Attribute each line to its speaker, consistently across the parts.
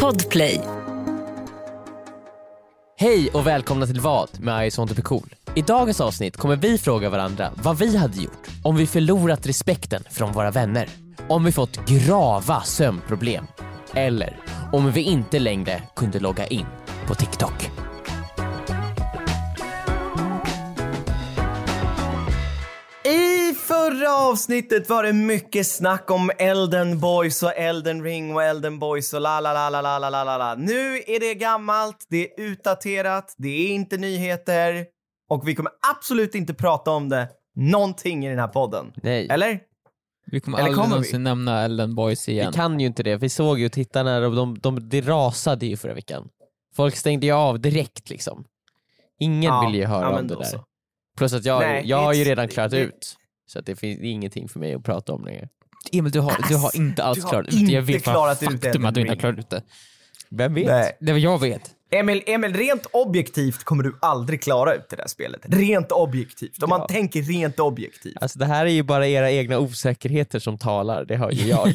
Speaker 1: Podplay.
Speaker 2: Hej och välkomna till Vad med I want to be cool. I dagens avsnitt kommer vi fråga varandra vad vi hade gjort om vi förlorat respekten från våra vänner, om vi fått grava sömnproblem eller om vi inte längre kunde logga in på TikTok.
Speaker 3: I förra avsnittet var det mycket snack om Elden Boys och Elden Ring och Elden Boys och la la la la la la la la la. Nu är det gammalt, det är utdaterat, det är inte nyheter och vi kommer absolut inte prata om det någonting i den här podden.
Speaker 2: Nej,
Speaker 3: Eller?
Speaker 4: Vi kommer
Speaker 3: Eller
Speaker 4: aldrig
Speaker 3: kommer vi?
Speaker 4: någonsin nämna Ellen Boys igen.
Speaker 2: vi kan ju inte det. Vi såg ju tittarna, de, de, de, det rasade ju förra veckan. Folk stängde ju av direkt liksom. Ingen
Speaker 3: Ja,
Speaker 2: ville ju höra
Speaker 3: ja, men
Speaker 2: om det
Speaker 3: då
Speaker 2: där.
Speaker 3: så.
Speaker 2: Plus att jag,
Speaker 3: Nej,
Speaker 2: jag har ju
Speaker 3: it's-
Speaker 2: redan klarat
Speaker 3: det-
Speaker 2: ut, så att det finns ingenting för mig att prata om längre.
Speaker 4: Emil, du har, du har inte alls
Speaker 3: Alltså, Du har
Speaker 4: klarat
Speaker 3: inte
Speaker 4: Jag vet fan
Speaker 3: klarat ut
Speaker 4: faktum
Speaker 3: Elden
Speaker 4: att du inte har
Speaker 3: Ring.
Speaker 4: klarat ut det.
Speaker 2: Vem vet?
Speaker 3: Nej.
Speaker 4: Det är vad jag vet.
Speaker 3: Emil, Emil, rent objektivt kommer du aldrig klara ut det där spelet. Rent objektivt. Om man
Speaker 2: Ja.
Speaker 3: tänker rent objektivt.
Speaker 2: Alltså det här är ju bara era egna osäkerheter som talar, det hör ju jag.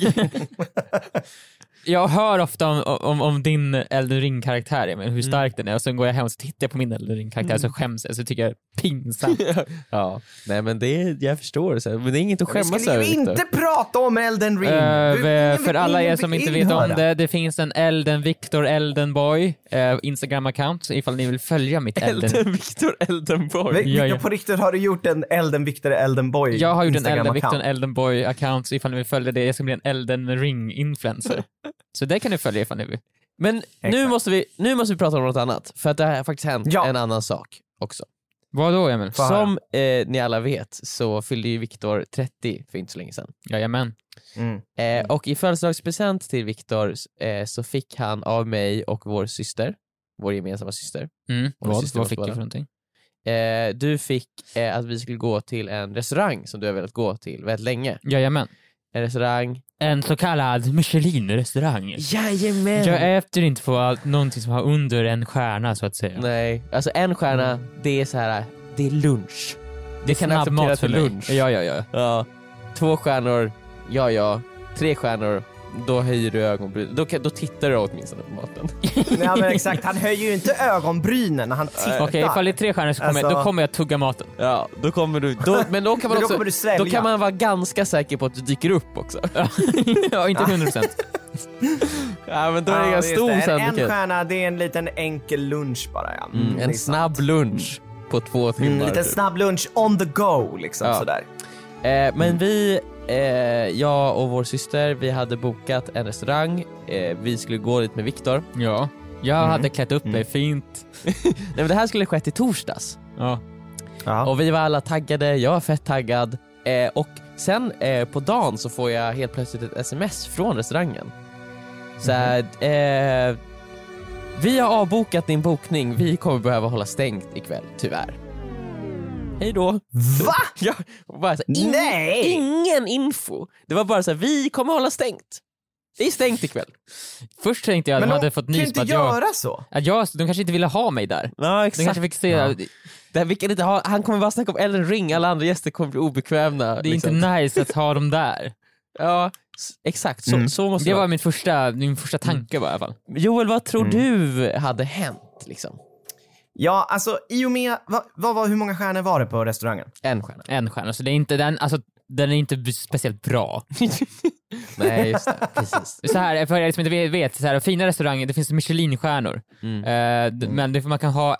Speaker 4: Jag hör ofta om, om, om din Elden Ring-karaktär, Emil, hur stark den är, och sen går jag hem och så tittar jag på min Elden Ring-karaktär
Speaker 3: Mm.
Speaker 4: så skäms jag, så tycker jag det är pinsamt.
Speaker 2: ja. Nej men det är, jag förstår, så här, men det är inget att
Speaker 3: Vi
Speaker 2: skämmas
Speaker 3: skulle
Speaker 2: över.
Speaker 3: ju
Speaker 2: Viktor.
Speaker 3: inte prata om Elden Ring.
Speaker 4: Eh,
Speaker 3: Du-
Speaker 4: v-
Speaker 3: ingen
Speaker 4: för
Speaker 3: vill-
Speaker 4: alla er
Speaker 3: ingen
Speaker 4: som
Speaker 3: vill
Speaker 4: inte vet om
Speaker 3: höra.
Speaker 4: det, det finns en Elden Victor Elden Boy eh, Instagram-account ifall ni vill följa mitt Elden.
Speaker 2: Elden Viktor Eldenborg.
Speaker 3: Vi-
Speaker 4: Ja,
Speaker 3: Victor,
Speaker 4: ja.
Speaker 3: på riktigt, har du gjort en Elden Victor Elden Boy
Speaker 4: Jag har gjort en
Speaker 3: Instagram-account?
Speaker 4: Elden Victor Elden Boy-account ifall ni vill följa det. Jag ska bli en Elden Ring-influencer. så det kan ni följa ifall ni vill.
Speaker 2: Men nu
Speaker 3: Exakt.
Speaker 2: måste, vi, nu måste vi prata om något annat, för att det har faktiskt hänt
Speaker 3: Ja.
Speaker 2: en annan sak också.
Speaker 4: Vad då Emil?
Speaker 3: Fan.
Speaker 2: Som eh, ni alla vet så fyllde ju Viktor 30 för inte så länge sedan.
Speaker 4: Jajamän.
Speaker 3: Mm.
Speaker 2: Eh, och i födelsedagspresent till Viktor eh, så fick han av mig och vår syster, vår gemensamma syster,
Speaker 4: Mm.
Speaker 2: Vår
Speaker 4: Vad,
Speaker 2: syster
Speaker 4: vad
Speaker 2: var
Speaker 4: fick jag
Speaker 2: på
Speaker 4: för
Speaker 2: den.
Speaker 4: någonting?
Speaker 2: eh, du fick eh, att vi skulle gå till en restaurang som du har velat gå till väldigt länge.
Speaker 4: Jajamän.
Speaker 2: En restaurang.
Speaker 4: En så kallad Michelin-restaurang.
Speaker 2: Jajamän!
Speaker 4: Jag äter inte på allt, någonting som har under en stjärna så att säga.
Speaker 2: Nej, alltså en stjärna, det är så här, det är lunch. Det kan
Speaker 4: snabb
Speaker 2: acceptera
Speaker 4: mat för
Speaker 2: till
Speaker 4: mig.
Speaker 2: lunch.
Speaker 4: Ja, ja, ja.
Speaker 2: Ja. Två stjärnor, ja ja. Tre stjärnor, då höjer du ögonbrynen. Då, kan- då tittar du åtminstone på maten.
Speaker 3: Ja, men exakt. Han höjer ju inte ögonbrynen när han tittar.
Speaker 4: Eh, Okej, ifall det är tre stjärnor så kommer jag, då
Speaker 3: Eh, Alltså-
Speaker 4: kommer jag tugga maten.
Speaker 2: Ja, då kommer du... Då, men då kan man
Speaker 3: Då
Speaker 2: också...
Speaker 3: kommer du svälja.
Speaker 2: Då kan man vara ganska säker på att du dyker upp också.
Speaker 4: ja, inte 100 procent.
Speaker 2: ja, men då är
Speaker 3: Ja,
Speaker 2: det ganska
Speaker 3: just
Speaker 2: stor
Speaker 3: det. En, en
Speaker 2: sannolikhet.
Speaker 3: stjärna, det är en liten enkel lunch bara. Ja. Mm,
Speaker 2: Mm,
Speaker 3: det är
Speaker 2: en
Speaker 3: sant.
Speaker 2: snabb lunch på två timmar.
Speaker 3: Mm, en liten
Speaker 2: typ.
Speaker 3: snabb lunch on the go, liksom
Speaker 2: Ja.
Speaker 3: sådär.
Speaker 2: eh, men vi, eh, jag och vår syster, vi hade bokat en restaurang. Eh, vi skulle gå dit med Viktor.
Speaker 4: Ja. Mm. Jag hade klätt upp mig fint.
Speaker 2: Nej, men det här skulle skett i torsdags.
Speaker 4: Ja.
Speaker 3: Ja.
Speaker 2: Och vi var alla taggade, jag var fett taggad. Eh, och sen eh, på dagen så får jag helt plötsligt ett sms från restaurangen. Så
Speaker 3: Mhm.
Speaker 2: här, eh, vi har avbokat din bokning, vi kommer behöva hålla stängt ikväll, tyvärr. Hej då!
Speaker 3: Va?
Speaker 2: Ja, och bara så här, ing-
Speaker 3: Nej!
Speaker 2: Ingen info! Det var bara så här, vi kommer hålla stängt. Det är stängt ikväll.
Speaker 4: Först tänkte jag att de hade fått
Speaker 3: kan ju
Speaker 4: nys
Speaker 3: inte
Speaker 4: på att jag,
Speaker 3: göra så.
Speaker 4: att jag... De kanske inte ville ha mig där.
Speaker 2: Ja,
Speaker 4: De kanske fick se...
Speaker 2: Ja.
Speaker 4: Det
Speaker 2: Det här, vi kan inte ha, han kommer bara snacka om Ellen Ring, alla andra gäster kommer bli obekvämna. liksom.
Speaker 4: är inte nice att ha dem där.
Speaker 2: Ja, s- exakt. Så,
Speaker 3: Mm.
Speaker 2: så måste
Speaker 4: Det Mm.
Speaker 2: det
Speaker 4: var
Speaker 2: vara.
Speaker 4: min första, min första tanke bara, i alla fall.
Speaker 2: Joel, vad tror du hade hänt? Liksom?
Speaker 3: Ja, alltså i och med... Vad, vad, var- hur många stjärnor var det på restaurangen?
Speaker 2: En stjärna.
Speaker 4: En stjärna, så det är inte den, alltså den är inte speciellt bra.
Speaker 2: Nej, just det. Precis.
Speaker 4: Så här, för er som inte vet, så här, fina restauranger, det finns Michelinstjärnor.
Speaker 2: Mm.
Speaker 4: Eh, d- Men det, man kan ha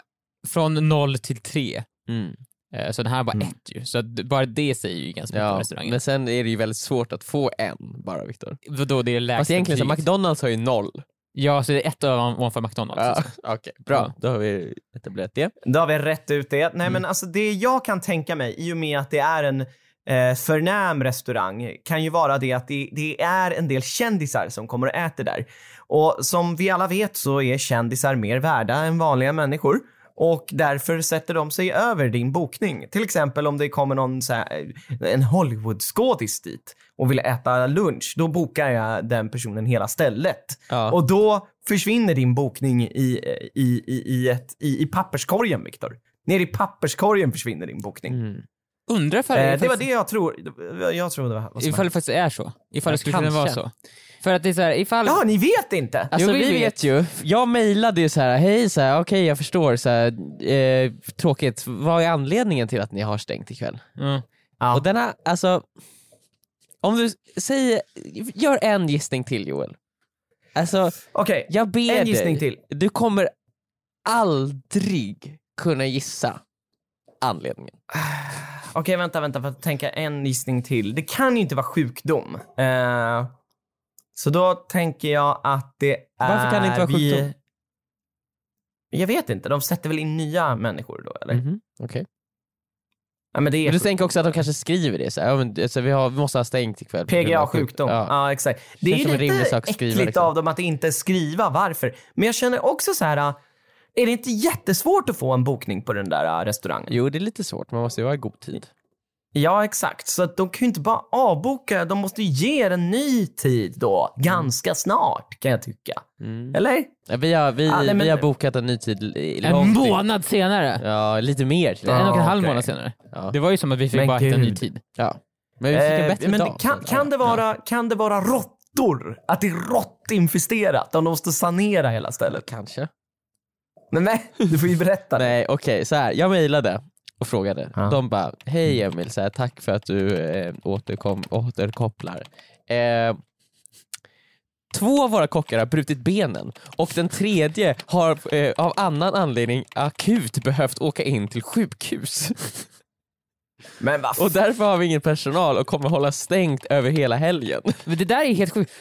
Speaker 4: från noll till tre.
Speaker 2: Mm.
Speaker 4: Eh, Så den här var ett ju, så att bara det säger ju ganska mycket om
Speaker 2: Ja,
Speaker 4: restaurangen.
Speaker 2: men sen är det ju väldigt svårt att få en bara, Viktor.
Speaker 4: Då det är lägsta
Speaker 2: Fast egentligen, så
Speaker 4: betyget.
Speaker 2: McDonalds har ju noll.
Speaker 4: Ja, så det är ett över ovanför McDonalds.
Speaker 2: Ja,
Speaker 4: alltså.
Speaker 2: Okej, bra. Då har vi etablerat det.
Speaker 3: Då har vi rätt ut det. Nej, men alltså det jag kan tänka mig i och med att det är en eh, förnäm restaurang kan ju vara det att det, det är en del kändisar som kommer och äter där. Och som vi alla vet så är kändisar mer värda än vanliga människor. Och därför sätter de sig över din bokning. Till exempel om det kommer någon så här, eh, en Hollywoodskådis dit och vill äta lunch, då bokar jag den personen hela stället.
Speaker 2: Ja.
Speaker 3: Och då försvinner din bokning i, i, i, i, ett, i, i papperskorgen, Viktor. Ner i papperskorgen försvinner din bokning.
Speaker 2: Mm.
Speaker 4: Undrar ifall,
Speaker 3: Eh,
Speaker 4: ifall,
Speaker 3: det var det jag tror. Jag tror det var vad som
Speaker 4: ifall det faktiskt är så.
Speaker 3: Ja,
Speaker 4: Ifall det skulle kunna
Speaker 3: kanske.
Speaker 4: vara så. För att det är så här, ifall...
Speaker 3: hände. Ja, ni vet inte?
Speaker 2: Alltså
Speaker 4: Jo,
Speaker 2: vi,
Speaker 4: vi
Speaker 2: vet.
Speaker 4: vet.
Speaker 2: ju. Jag mejlade ju så här, hej så här, okej jag förstår så här, eh, tråkigt, vad är anledningen till att ni har stängt ikväll?
Speaker 3: Mm.
Speaker 4: Ja.
Speaker 3: Ja.
Speaker 2: Och denna, alltså, om du säger, gör en gissning till Joel. Alltså,
Speaker 3: Okej,
Speaker 2: jag ber
Speaker 3: en gissning
Speaker 2: dig,
Speaker 3: till.
Speaker 2: du kommer aldrig kunna gissa anledningen.
Speaker 3: Okej, vänta, vänta. För att tänka en gissning till. Det kan ju inte vara sjukdom. Eh, så då tänker jag att det är...
Speaker 2: Varför kan det inte vara
Speaker 3: vi-
Speaker 2: sjukdom?
Speaker 3: Jag vet inte. De sätter väl in nya människor då, eller?
Speaker 2: Mhm, okej.
Speaker 3: Ja, men det är
Speaker 2: Men du tänker också att de kanske skriver det så här, ja, men, alltså, vi, har, vi måste ha stängt ikväll. på grund av
Speaker 3: PGA-sjukdom. Ja.
Speaker 2: Ja.
Speaker 3: exakt. Det är
Speaker 2: Känns som
Speaker 3: ju
Speaker 2: en rimlig
Speaker 3: lite
Speaker 2: sak att skriva,
Speaker 3: äckligt
Speaker 2: liksom.
Speaker 3: av dem att inte skriva varför. Men jag känner också så här, äh, är det inte jättesvårt att få en bokning på den där äh, restaurangen?
Speaker 2: Jo det är lite svårt, man måste ju vara i god tid.
Speaker 3: Ja, exakt. Så att de kan ju inte bara avboka, de måste ju ge er en ny tid då, ganska snart kan jag tycka.
Speaker 2: Mm.
Speaker 3: Eller?
Speaker 2: Ja, Vi har, vi,
Speaker 3: Ah, nej, men-
Speaker 2: vi har bokat en ny tid i-
Speaker 4: En
Speaker 2: långt in.
Speaker 4: månad senare!
Speaker 2: Ja, lite mer till
Speaker 4: En och en
Speaker 3: Ja,
Speaker 4: halv
Speaker 3: okej.
Speaker 4: månad senare.
Speaker 2: Ah, Ja.
Speaker 4: Det var ju som att vi fick
Speaker 3: Men
Speaker 4: bara hitta en ny
Speaker 3: gud.
Speaker 4: tid.
Speaker 2: Ja. Men vi fick en
Speaker 3: Eh,
Speaker 2: bättre
Speaker 3: men
Speaker 2: dag.
Speaker 3: kan, kan, det vara, kan det vara råttor? Att det är råttinfesterat? Om de måste sanera hela
Speaker 2: Ja,
Speaker 3: stället?
Speaker 2: kanske.
Speaker 3: Men nej, du får ju berätta. det.
Speaker 2: Nej okej, så här. jag mejlade och frågade.
Speaker 3: Ja.
Speaker 2: De bara, hej Emil, så här, tack för att du eh, återkom, återkopplar. Eh, Två av våra kockar har brutit benen och den tredje har eh, av annan anledning akut behövt åka in till sjukhus.
Speaker 3: Men vad
Speaker 2: Och därför har vi ingen personal och kommer hålla stängt över hela helgen.
Speaker 4: Men det där är helt sjukt.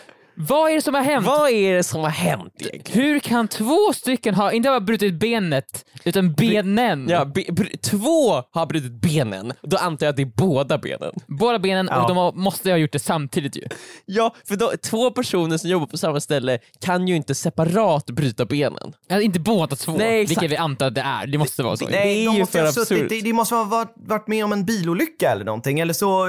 Speaker 4: Vad är det som har hänt?
Speaker 2: Vad är det som har hänt egentligen?
Speaker 4: Hur kan två stycken ha, inte bara brutit benet, utan benen?
Speaker 2: Ja, be, br- två har brutit benen, då antar jag att det är båda benen.
Speaker 4: Båda benen
Speaker 3: Ja.
Speaker 4: och de har, måste ha gjort det samtidigt ju.
Speaker 2: Ja, för då, två personer som jobbar på samma ställe kan ju inte separat bryta benen.
Speaker 4: Alltså, inte båda två,
Speaker 2: Nej, exakt.
Speaker 4: vilket vi antar att det är. Det måste vara så. ju.
Speaker 2: det är
Speaker 3: Nej, de
Speaker 2: ju
Speaker 3: måste
Speaker 2: för
Speaker 3: ha suttit,
Speaker 2: absurt.
Speaker 3: det, det måste ha varit, varit med om en bilolycka eller någonting. Eller så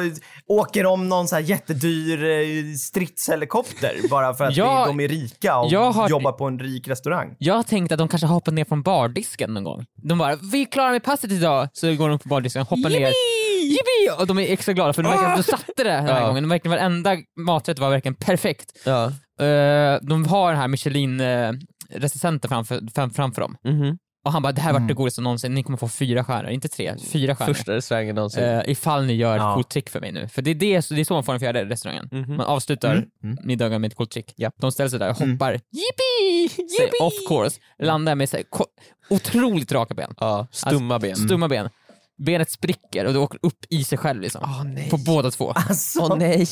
Speaker 3: åker de någon så här jättedyr eh, stridshelikopter bara för att
Speaker 4: Jag-
Speaker 3: de är rika och
Speaker 4: jag har-
Speaker 3: jobbar på en rik restaurang.
Speaker 4: Jag tänkte att de kanske hoppat ner från bardisken någon gång. De bara “Vi klarar med passet idag” så går de på bardisken, hoppar ner. Jippi! Och de är extra glada för de verkar de satte det den här
Speaker 2: Ah! Ja.
Speaker 4: gången. De verkar, varenda maträtt var verkligen perfekt.
Speaker 2: Ja.
Speaker 4: Eh, de har den här Michelin-resistenten framför, fram, framför dem.
Speaker 2: Mm-hmm.
Speaker 4: Och han bara “Det här vart det godaste någonsin, ni kommer få fyra stjärnor, inte tre, fyra stjärnor.
Speaker 2: Mm. Första restaurangen någonsin.
Speaker 4: Eh, ifall ni gör
Speaker 3: Ja.
Speaker 4: ett coolt trick för mig nu. För det är, det, det är så man får den fjärde restaurangen.
Speaker 2: Mhm.
Speaker 4: Man avslutar
Speaker 2: Mm.
Speaker 4: middagen med ett coolt trick.
Speaker 2: Ja.
Speaker 4: De ställer sig där och
Speaker 2: Mm.
Speaker 4: hoppar, jippi, jippi. off course, landar med så här, ko- otroligt raka ben.
Speaker 2: ja, stumma ben.
Speaker 4: Stumma ben. Benet spricker och du åker upp i sig själv liksom.
Speaker 2: Ah, nej.
Speaker 4: På båda två.
Speaker 3: Alltså,
Speaker 2: Åh nej!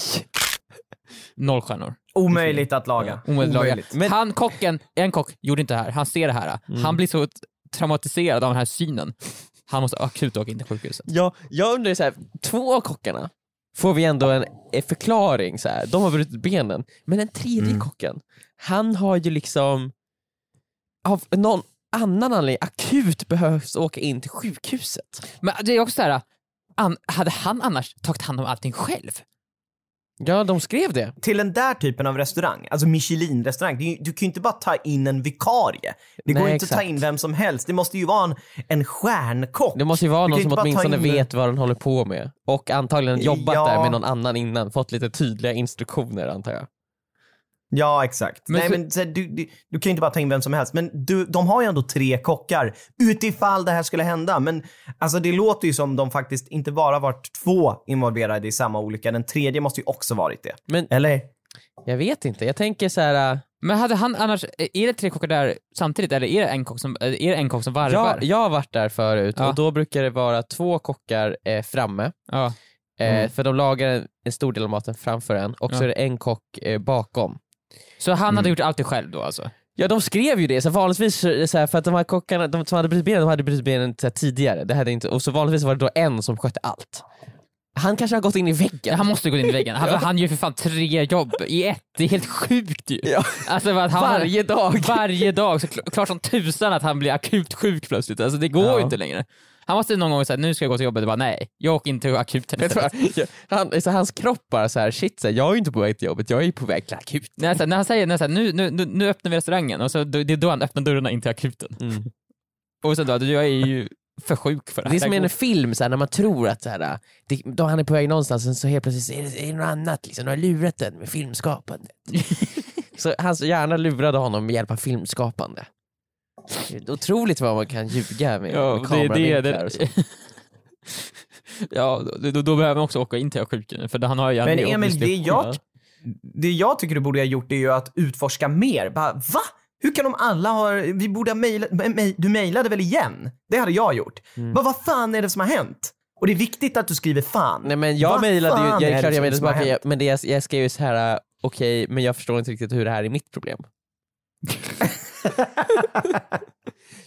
Speaker 4: Noll stjärnor.
Speaker 3: omöjligt att laga.
Speaker 4: Omöjligt att laga.
Speaker 3: Omöjligt.
Speaker 2: Men-
Speaker 4: Han, kocken, en kock, gjorde inte det här. Han ser det här. Han blir så traumatiserad av den här synen. Han måste akut åka in till sjukhuset.
Speaker 2: Ja, jag undrar så här, två av kockarna får vi ändå en eh, förklaring, så här. de har brutit benen. Men den tredje
Speaker 3: Mm.
Speaker 2: kocken, han har ju liksom av någon annan anledning akut behövs åka in till sjukhuset.
Speaker 4: Men det är också så här, an, hade han annars tagit hand om allting själv?
Speaker 2: Ja, de skrev det.
Speaker 3: Till den där typen av restaurang, alltså Michelin-restaurang, det är ju- du kan ju inte bara ta in en vikarie. Det går
Speaker 2: Nej,
Speaker 3: ju inte att ta
Speaker 2: exakt.
Speaker 3: in vem som helst. Det måste ju vara en, en stjärnkock.
Speaker 2: Det måste ju vara
Speaker 3: Du
Speaker 2: någon
Speaker 3: kan
Speaker 2: som
Speaker 3: inte bara ta
Speaker 2: åtminstone
Speaker 3: in-
Speaker 2: vet vad den håller på med och antagligen jobbat
Speaker 3: Ja.
Speaker 2: där med någon annan innan, fått lite tydliga instruktioner antar jag.
Speaker 3: Ja, exakt.
Speaker 4: Men
Speaker 3: Nej,
Speaker 4: så-
Speaker 3: men, så, du, du, du kan ju inte bara ta in vem som helst. Men du, de har ju ändå tre kockar utifall det här skulle hända. Men alltså, det låter ju som de faktiskt inte bara varit två involverade i samma olycka. Den tredje måste ju också varit det.
Speaker 2: Men
Speaker 3: Eller?
Speaker 2: jag vet inte, jag tänker så här. äh,
Speaker 4: Men hade han annars, är det tre kockar där samtidigt eller är det en kock som, är det en kock som varvar?
Speaker 2: jag, jag har varit där förut
Speaker 4: Ja.
Speaker 2: och då brukar det vara två kockar eh, framme,
Speaker 4: Ja.
Speaker 2: eh,
Speaker 3: Mm.
Speaker 2: för de lagar en, en stor del av maten framför en och så
Speaker 4: Ja.
Speaker 2: är det en kock eh, bakom.
Speaker 4: Så han hade gjort allt det själv då alltså?
Speaker 2: Ja de skrev ju det, så vanligtvis så är det så här, för att de här kockarna de som hade brutit benen, de hade brutit benen så här tidigare. Det hade inte, och så vanligtvis var det då en som skötte allt. Han kanske har gått in i
Speaker 4: Ja,
Speaker 2: väggen.
Speaker 4: Han måste gå in i väggen, han, han gör för fan tre jobb i ett, det är helt sjukt ju.
Speaker 2: Ja.
Speaker 4: Alltså, för att han,
Speaker 2: Varje dag.
Speaker 4: Varje dag, så kl- klart som tusan att han blir akut sjuk plötsligt, alltså det går
Speaker 2: Ja.
Speaker 4: ju inte längre. Han måste någon gång säga nu ska jag gå till jobbet och bara nej, jag åker inte till akuten
Speaker 2: Jag
Speaker 4: istället.
Speaker 2: tror- han, så hans kropp bara så här, shit, så här, jag är ju inte på väg till jobbet, jag är ju på väg till akut.
Speaker 4: När, han- när han säger när han, säger, nu, nu, nu, nu öppnar vi restaurangen, och så, det är då han öppnar dörrarna in till akuten. Och sen då, jag är ju för sjuk för det
Speaker 2: Mm. Det är
Speaker 4: här.
Speaker 2: som i en film, så här, när man tror att så här, det, då han är på väg någonstans, sen så helt plötsligt så är det, är det något annat, liksom. de har lurat den med filmskapandet. så hans hjärna lurade honom med hjälp av filmskapande. Otroligt vad man kan ljuga med,
Speaker 4: Ja,
Speaker 2: med
Speaker 4: det är det,
Speaker 2: kameravinklar och så.
Speaker 4: det. ja, då, då, då behöver man också åka in till akuten för han har ju
Speaker 3: Men
Speaker 4: en
Speaker 3: Emil, det
Speaker 4: obstruktion, va?
Speaker 3: jag, det jag tycker du borde ha gjort är ju att utforska mer. Bara, va? Hur kan de alla ha... Vi borde ha mejlat... men mej- Du mejlade väl igen? Det hade jag gjort.
Speaker 2: Mm.
Speaker 3: Bara, vad fan är det som har hänt? Och det är viktigt att du skriver fan.
Speaker 2: Nej men jag
Speaker 3: Vad
Speaker 2: mejlade
Speaker 3: fan
Speaker 2: ju,
Speaker 3: är
Speaker 2: jag,
Speaker 3: det
Speaker 2: klart, jag
Speaker 3: som-
Speaker 2: mejlade
Speaker 3: som har
Speaker 2: tillbaka,
Speaker 3: hänt?
Speaker 2: jag, men det, jag, jag skrev ju så här: äh, okej men jag förstår inte riktigt hur det här är mitt problem.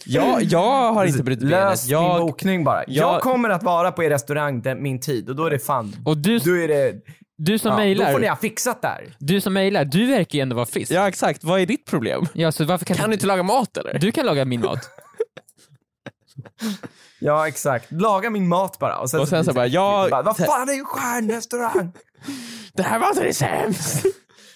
Speaker 2: jag, jag har inte brutit benet,
Speaker 3: Lös din
Speaker 2: jag,
Speaker 3: bokning bara. Jag,
Speaker 2: jag-
Speaker 3: kommer att vara på er restaurang den, min tid och då är det fan.
Speaker 4: Och du,
Speaker 3: Då är det...
Speaker 4: du som
Speaker 3: Ja, då
Speaker 4: mejlar,
Speaker 3: får ni ha fixat där.
Speaker 4: du som mejlar, du verkar ju ändå vara frisk.
Speaker 2: ja exakt, vad är ditt problem?
Speaker 4: Ja, så varför kan,
Speaker 2: Kan du inte laga mat eller?
Speaker 4: Du kan laga min mat.
Speaker 3: Ja, exakt. Laga min mat bara. Och sen,
Speaker 2: Och sen Alltså, så typ, bara, jag-
Speaker 3: Vad fan är ju stjärnrestaurang?
Speaker 2: Det här var inte det sämst!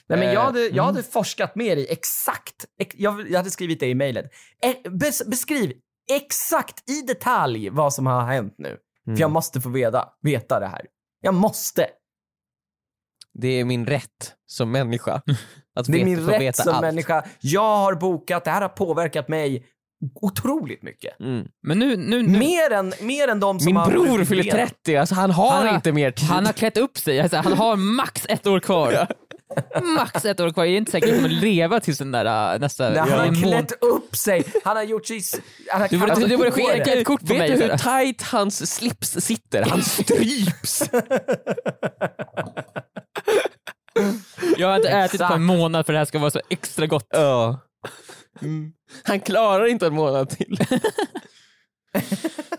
Speaker 3: Nej, men jag
Speaker 2: Eh,
Speaker 3: hade, jag hade forskat mer i exakt, ex, jag, jag hade skrivit det i mejlet. E, bes, beskriv exakt i detalj vad som har hänt nu. För jag måste få veta, veta det här. Jag måste.
Speaker 2: Det är min rätt som människa. Att
Speaker 3: Det är
Speaker 2: veta,
Speaker 3: min
Speaker 2: få
Speaker 3: rätt
Speaker 2: veta
Speaker 3: som
Speaker 2: allt.
Speaker 3: människa. Jag har bokat, det här har påverkat mig otroligt mycket.
Speaker 2: Mm.
Speaker 4: Men nu, nu, nu.
Speaker 3: Mer än, mer än de som
Speaker 2: Min
Speaker 3: har
Speaker 2: bror
Speaker 3: brutit
Speaker 2: fyller
Speaker 3: benen.
Speaker 2: 30, alltså han har
Speaker 4: Han har-
Speaker 2: inte mer tid.
Speaker 4: han har klätt upp sig, alltså, han har max ett år kvar. Max ett år kvar, jag är inte säker på att han kommer leva tills den där äh, nästa
Speaker 3: När han har
Speaker 4: mån-
Speaker 3: klätt upp sig. Han har gjort sig... Han har
Speaker 4: Du borde-
Speaker 2: Alltså,
Speaker 3: kallat
Speaker 4: du borde
Speaker 3: på
Speaker 4: skicka
Speaker 3: det.
Speaker 4: ett kort på
Speaker 2: Vet
Speaker 4: mig,
Speaker 2: du
Speaker 4: Sara?
Speaker 2: hur tight hans slips sitter? Han stryps!
Speaker 4: Jag har inte ätit
Speaker 3: Exakt.
Speaker 4: på en månad för det här ska vara så extra gott.
Speaker 2: Ja. Han klarar inte en månad till.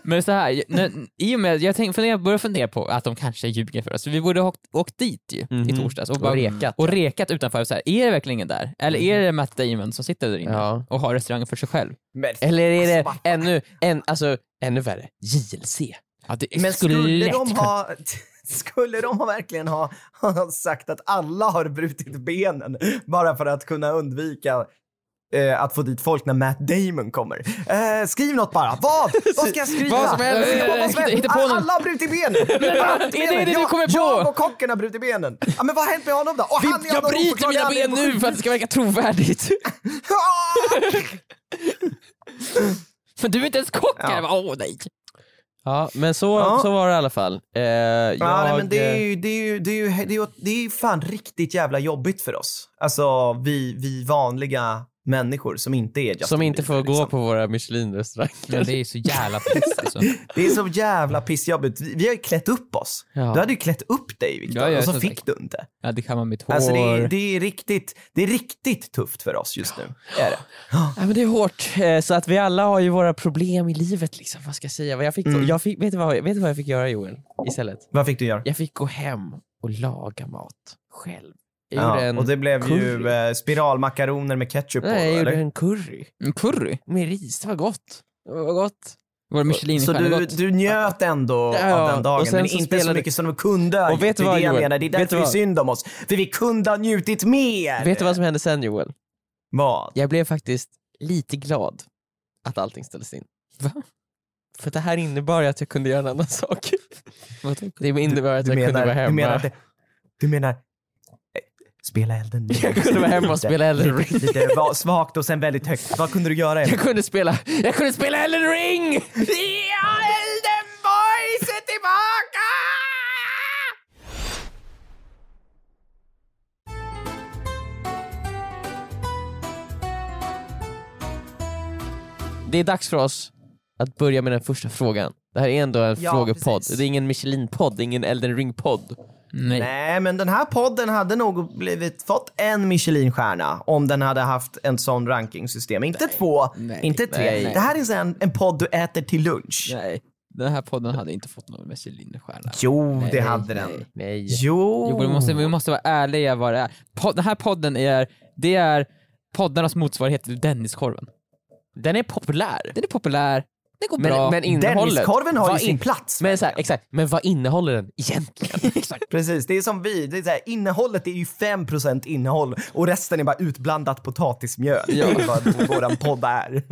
Speaker 4: Men så här, när, i och med, jag tänk, funderar, börjar fundera på att de kanske ljuger för oss. Vi borde ha åkt, åkt dit ju i
Speaker 3: Mhm.
Speaker 4: torsdags och, bara,
Speaker 2: rekat.
Speaker 4: och rekat utanför. Så här, är det verkligen ingen där? Eller
Speaker 3: Mhm.
Speaker 4: är det Matt Damon som sitter där inne
Speaker 2: Ja.
Speaker 4: och har restaurangen för sig själv?
Speaker 3: Men,
Speaker 2: Eller är det
Speaker 3: Alltså,
Speaker 2: ännu, en, alltså, ännu värre, JLC?
Speaker 4: Ja, det
Speaker 3: men skulle,
Speaker 4: lätt
Speaker 3: de
Speaker 4: kunna-
Speaker 3: ha, skulle de ha verkligen ha, ha sagt att alla har brutit benen bara för att kunna undvika eh, att få dit folk när Matt Damon kommer? Eh, skriv något bara. Vad? Vad ska jag skriva?
Speaker 2: Vad som helst.
Speaker 3: Jag bara, vad som helst.
Speaker 4: Hitta på något.
Speaker 3: Alla har brutit benen. Alla har brutit
Speaker 4: Är det det du
Speaker 3: benen. Jag-
Speaker 4: kommer på?
Speaker 3: Jag och kocken har brutit benen. Ja, men vad har hänt med honom då? Och han är av
Speaker 2: Jag
Speaker 3: någon
Speaker 2: bryter
Speaker 3: oförklarlig
Speaker 2: mina ben
Speaker 3: anledning på
Speaker 2: nu för att det ska verka trovärdigt.
Speaker 3: sjukhus.
Speaker 4: Men du är inte ens kock!
Speaker 3: Ja.
Speaker 4: Jag bara, Åh nej!
Speaker 2: Ja, men så,
Speaker 3: Ja.
Speaker 2: så var det i alla fall. Eh,
Speaker 3: Ja, nej,
Speaker 2: jag-
Speaker 3: men det är ju, det är ju, det är ju, det är ju, det är ju fan riktigt jävla jobbigt för oss. Alltså vi, vi vanliga människor som inte är Justin
Speaker 2: eh, Som inte får
Speaker 3: Bieber, liksom.
Speaker 2: gå på våra Michelin-restauranger.
Speaker 4: Men det är så jävla piss alltså.
Speaker 3: Det är så jävla pissjobbigt. Vi, vi har ju klätt upp oss.
Speaker 2: Ja.
Speaker 3: Du hade ju klätt upp dig Victor
Speaker 4: Ja, ja,
Speaker 3: och så
Speaker 4: som
Speaker 3: fick du inte.
Speaker 4: Ja, det kan man mitt hår.
Speaker 3: Alltså det är, det är riktigt, det är riktigt tufft för oss just nu. Är det.
Speaker 2: Ja, men det är hårt. Eh, Så att vi alla har ju våra problem i livet. Liksom. Vad ska jag säga? Vad Jag
Speaker 3: Mm.
Speaker 2: fick, jag fick, vet, du vad, vet du vad jag fick göra Joel? Istället?
Speaker 3: Vad fick du göra?
Speaker 2: Jag fick gå hem och laga mat själv. Jag
Speaker 3: Ja,
Speaker 2: gjorde en
Speaker 3: och det blev ju
Speaker 2: curry.
Speaker 3: eh, spiralmakaroner med ketchup på.
Speaker 2: Nej, jag gjorde
Speaker 3: eller?
Speaker 2: en curry
Speaker 4: Mm, Curry?
Speaker 2: med ris. Det var gott. Det var gott.
Speaker 3: Så
Speaker 4: Var det
Speaker 3: du,
Speaker 4: Michelinstjärnegott?
Speaker 3: du njöt ändå
Speaker 2: Ja,
Speaker 3: av den dagen,
Speaker 2: och sen
Speaker 3: men
Speaker 2: så
Speaker 3: inte så
Speaker 2: spelade-
Speaker 3: mycket som de kunde ha
Speaker 2: Och vet
Speaker 3: gjort.
Speaker 2: du
Speaker 3: Det är
Speaker 2: vad,
Speaker 3: det jag
Speaker 2: Joel?
Speaker 3: menar. Det är
Speaker 2: Vet
Speaker 3: därför
Speaker 2: du
Speaker 3: det är
Speaker 2: vad?
Speaker 3: synd om oss. För vi kunde ha njutit mer.
Speaker 2: Vet du vad som hände sen Joel?
Speaker 3: Vad?
Speaker 2: Jag blev faktiskt lite glad att allting ställdes in.
Speaker 4: Va?
Speaker 2: För det här innebar ju att jag kunde göra en annan sak.
Speaker 4: Vadå?
Speaker 2: Det innebar att
Speaker 3: Du
Speaker 2: jag kunde vara
Speaker 3: menar,
Speaker 2: hemma.
Speaker 3: du menar, att det- du menar eh, spela elden? nu.
Speaker 2: Jag kunde vara hemma och
Speaker 3: Lite-
Speaker 2: spela Elden Ring.
Speaker 3: Lite, lite va- svagt och sen väldigt högt. Vad kunde du göra?
Speaker 2: Jag kunde spela, jag kunde spela Elden Ring!
Speaker 3: Ja, Elden Boys är tillbaka!
Speaker 2: Det är dags för oss att börja med den första frågan. Det här är ändå en
Speaker 3: Ja,
Speaker 2: frågepodd.
Speaker 3: precis.
Speaker 2: Det är ingen Michelin-podd, det är ingen Elden Ring-podd.
Speaker 4: Nej.
Speaker 3: Nej, men den här podden hade nog blivit, fått en Michelinstjärna om den hade haft en sån rankingsystem. Inte två,
Speaker 4: Nej.
Speaker 3: inte tre.
Speaker 4: Nej.
Speaker 3: Det här är så en, en podd du äter till lunch.
Speaker 4: Nej. Den här podden hade inte fått någon Michelinstjärna.
Speaker 3: Jo, det hade den.
Speaker 2: Nej.
Speaker 3: Jo.
Speaker 4: Jo, vi måste, vi måste vara ärliga vad det är. Pod, den här podden är, det är poddarnas motsvarighet till Denniskorven.
Speaker 2: Den är populär.
Speaker 4: Den är populär, den går bra.
Speaker 2: Men, men innehållet.
Speaker 3: Denniskorven har ju
Speaker 2: vad
Speaker 3: sin
Speaker 2: in-
Speaker 3: plats.
Speaker 2: men, så här, exakt, men vad innehåller den egentligen?
Speaker 3: Precis, det är som vi. Det är så här, innehållet är ju 5% innehåll och resten är bara utblandat potatismjöl. Det är vad vår podd är.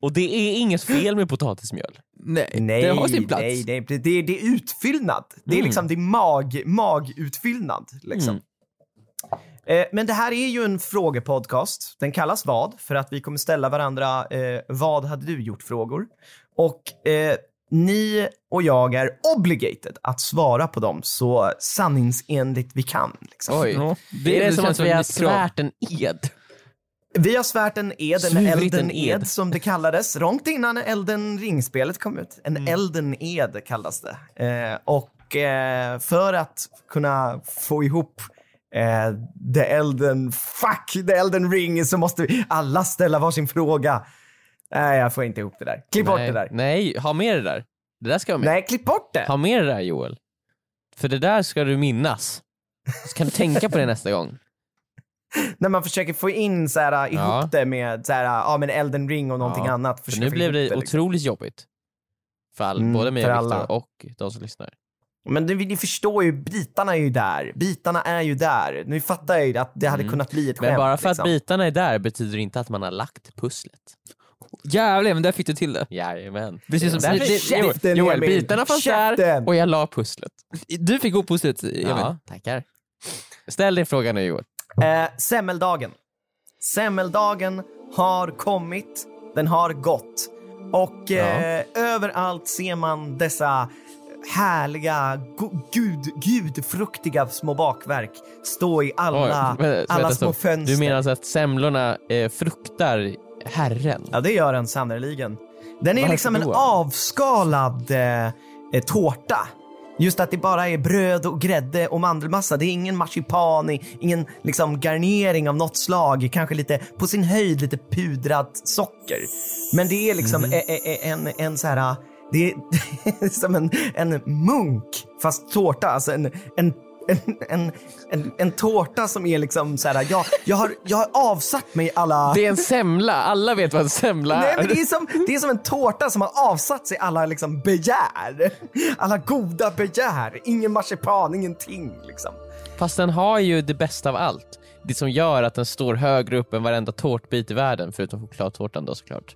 Speaker 2: Och det är inget fel med potatismjöl.
Speaker 4: Nej,
Speaker 3: Nej,
Speaker 4: det har sin plats.
Speaker 3: nej, nej. Det, det, det är utfyllnad. Det är
Speaker 2: Mm.
Speaker 3: liksom det är mag, magutfyllnad. Liksom. Eh, Men det här är ju en frågepodcast. Den kallas vad? För att vi kommer ställa varandra eh, vad hade du gjort-frågor. Och eh, ni och jag är obligated att svara på dem så sanningsenligt vi kan. Liksom.
Speaker 2: Oj.
Speaker 4: Ja,
Speaker 2: Det är det som
Speaker 4: känns
Speaker 2: att vi har
Speaker 4: mitt krav.
Speaker 2: svärt en ed.
Speaker 3: Vi har svärt en ed, en
Speaker 2: Svurit
Speaker 3: elden
Speaker 2: en ed.
Speaker 3: ed som det kallades, långt innan elden ringspelet kom ut. En
Speaker 2: Mm.
Speaker 3: elden ed kallas det. Eh, och eh, för att kunna få ihop eh, the elden, fuck the elden ring så måste vi alla ställa varsin fråga. Nej, jag får inte ihop det där. Klipp bort
Speaker 2: Nej,
Speaker 3: det där.
Speaker 2: Nej, ha med det där. Det där ska vara med.
Speaker 3: Nej, klipp bort det!
Speaker 2: Ha med det där Joel. För det där ska du minnas. Så kan du tänka på det nästa gång.
Speaker 3: När man försöker få in så här, ihop
Speaker 2: Ja.
Speaker 3: det med så här, ja, men elden ring och någonting
Speaker 2: Ja.
Speaker 3: annat.
Speaker 2: För
Speaker 3: Försöker
Speaker 2: nu
Speaker 3: få
Speaker 2: blev
Speaker 3: ihop
Speaker 2: det
Speaker 3: liksom.
Speaker 2: otroligt jobbigt. För all,
Speaker 3: Mm,
Speaker 2: både mig
Speaker 3: för
Speaker 2: och
Speaker 3: alla.
Speaker 2: Viktor och de som lyssnar.
Speaker 3: Men ni, ni förstår ju, bitarna är ju där. Bitarna är ju där. Nu fattar jag ju att det hade
Speaker 2: Mm.
Speaker 3: kunnat bli ett
Speaker 2: Men
Speaker 3: skämt.
Speaker 2: bara för att
Speaker 3: liksom.
Speaker 2: bitarna är där betyder inte att man har lagt pusslet.
Speaker 4: Jävlar, men där fick du till det.
Speaker 2: Jajamän.
Speaker 4: Precis som-
Speaker 3: Därför
Speaker 4: Det- det-
Speaker 3: käften,
Speaker 2: Joel, Joel,
Speaker 3: Emil.
Speaker 2: bitarna fanns där
Speaker 3: Käften.
Speaker 2: och jag la pusslet.
Speaker 4: Du fick ihop pusslet, Emil.
Speaker 2: Ja, tackar. Ställ din fråga nu Joel.
Speaker 3: Eh, semmeldagen. Semmeldagen har kommit, den har gått. Och eh, överallt ser man dessa härliga, go- gud, gudfruktiga små bakverk stå i alla,
Speaker 2: Oj, vänta,
Speaker 3: alla
Speaker 2: vänta,
Speaker 3: små
Speaker 2: stopp.
Speaker 3: fönster.
Speaker 2: Du menar alltså att semlorna eh, fruktar herren?
Speaker 3: Ja, det gör den sannerligen. Den är
Speaker 2: Varför
Speaker 3: liksom en
Speaker 2: då?
Speaker 3: avskalad eh, eh, tårta. Just att det bara är bröd och grädde och mandelmassa. Det är ingen marsipan, i- ingen liksom garnering av något slag. Kanske lite, på sin höjd lite pudrat socker. Men det är liksom
Speaker 2: Mm.
Speaker 3: e- e- e- en, en så här... Det är som en, en munk, fast tårta. Alltså en, en, en, en, en, en tårta som är liksom så här... Jag, jag, har, jag har avsatt mig alla...
Speaker 2: Det är en semla, alla vet vad en semla är.
Speaker 3: Nej, men det, är som, det är som en tårta som har avsatt sig alla liksom begär. Alla goda begär. Ingen marsipan, ingenting. Liksom.
Speaker 2: Fast den har ju det bästa av allt. Det som gör att den står högre upp än varenda tårtbit i världen, förutom chokladtårtan då såklart.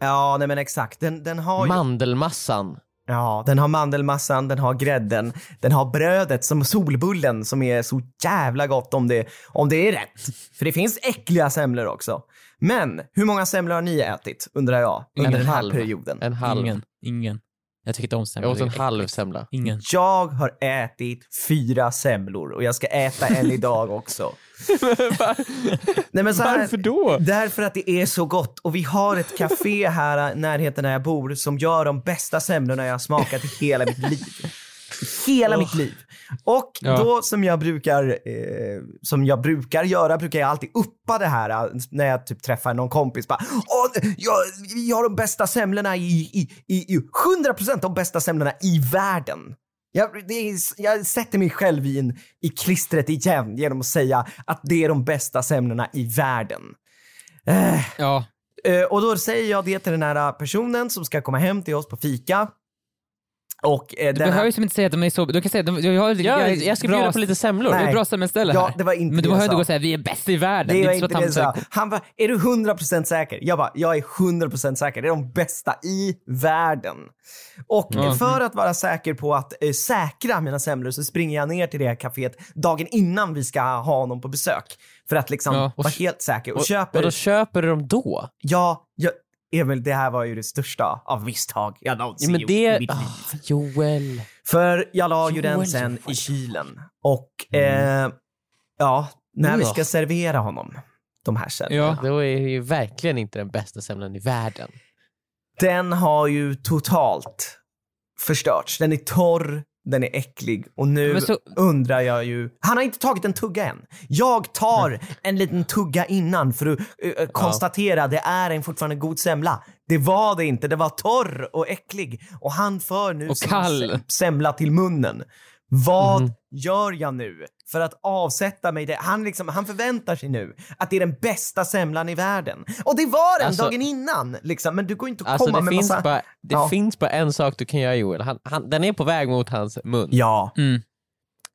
Speaker 3: Ja, nej men exakt. Den, den, har, ju-
Speaker 2: Mandelmassan.
Speaker 3: ja, den har mandelmassan, den har grädden, den har brödet som solbullen som är så jävla gott om det, om det är rätt. För det finns äckliga semlor också. Men hur många semlor har ni ätit, undrar jag, under
Speaker 2: En
Speaker 3: den här
Speaker 2: halv.
Speaker 3: perioden?
Speaker 2: En halv.
Speaker 4: Ingen. Ingen. Jag tycker inte om semlor.
Speaker 2: Jag åt en
Speaker 4: Det är
Speaker 2: halv
Speaker 4: äckligt.
Speaker 2: semla.
Speaker 4: Ingen.
Speaker 3: Jag har ätit fyra semlor och jag ska äta en idag också. Nej, men så här,
Speaker 2: då?
Speaker 3: Därför att det är så gott och vi har ett café här i närheten där jag bor som gör de bästa semlorna jag har smakat i hela mitt liv. I Hela mitt liv. Och
Speaker 4: Ja.
Speaker 3: då som jag brukar eh, som jag brukar göra brukar jag alltid uppa det här eh, när jag typ träffar någon kompis. Bara, Åh, jag, vi har de bästa semlorna i, i, i, i 100% de bästa semlorna i världen. Jag, det är, jag sätter mig själv i, en, i klistret igen genom att säga att det är de bästa semlorna i världen. Eh,
Speaker 4: Ja.
Speaker 3: Eh, och då säger jag det till den här personen som ska komma hem till oss på fika. Och eh,
Speaker 4: Du
Speaker 3: den
Speaker 4: behöver
Speaker 3: här,
Speaker 4: ju som inte säga att de är så... Du kan säga att de, jag har
Speaker 2: Ja, jag ska bjuda
Speaker 4: bra-
Speaker 2: på lite semlor.
Speaker 4: Jag har
Speaker 3: Nej.
Speaker 4: bra semmelställe
Speaker 3: Ja,
Speaker 4: här.
Speaker 3: det var inte
Speaker 4: men
Speaker 3: det
Speaker 4: du behöver
Speaker 3: jag
Speaker 4: inte gå och
Speaker 3: sa.
Speaker 4: säga vi är bäst i världen.
Speaker 3: det
Speaker 4: är
Speaker 3: var
Speaker 4: inte
Speaker 3: inte
Speaker 4: så
Speaker 3: det jag
Speaker 4: att han
Speaker 3: sa. Han bara, är du 100% säker? Jag bara, jag är 100% säker. Det är de bästa i världen. Och eh, för att vara säker på att eh, säkra mina semlor så springer jag ner till det här kaféet dagen innan vi ska ha honom på besök. För att liksom
Speaker 4: Ja, och
Speaker 3: vara
Speaker 4: sh-
Speaker 3: helt säker. Och,
Speaker 2: Och,
Speaker 3: köper...
Speaker 2: och då köper du dem då?
Speaker 3: Ja, jag, Emil, det här var ju det största av misstag jag någonsin
Speaker 2: Ja, men
Speaker 3: gjort i
Speaker 2: det...
Speaker 3: mitt liv.
Speaker 2: Ah, Joel.
Speaker 3: För jag la ju den
Speaker 2: Joel,
Speaker 3: sen
Speaker 2: Joel.
Speaker 3: i kylen. Och
Speaker 4: Mm.
Speaker 3: eh, ja, när vi ska
Speaker 2: Ja.
Speaker 3: servera honom de här sen.
Speaker 4: Ja.
Speaker 2: Det är ju verkligen inte den bästa semlan i världen.
Speaker 3: Den har ju totalt förstörts. Den är torr, den är äcklig och nu
Speaker 4: Men så-
Speaker 3: undrar jag ju... Han har inte tagit en tugga än. Jag tar en liten tugga innan för att eh, eh, konstatera det är en fortfarande god semla. Det var det inte. Det var torr och äcklig och han för nu
Speaker 4: Och
Speaker 3: sin
Speaker 4: kall. Mhm.
Speaker 3: sem- semla till munnen. Vad gör jag nu för att avsätta mig det? Han, liksom, han förväntar sig nu att det är den bästa semlan i världen. Och det var den
Speaker 2: Alltså-
Speaker 3: dagen innan liksom. Men du går inte och
Speaker 2: Alltså
Speaker 3: komma
Speaker 2: det,
Speaker 3: med
Speaker 2: finns,
Speaker 3: massa...
Speaker 2: bara, det
Speaker 3: Ja.
Speaker 2: finns bara en sak du kan göra Joel. Han, han, den är på väg mot hans mun.
Speaker 3: Ja.
Speaker 4: Mm.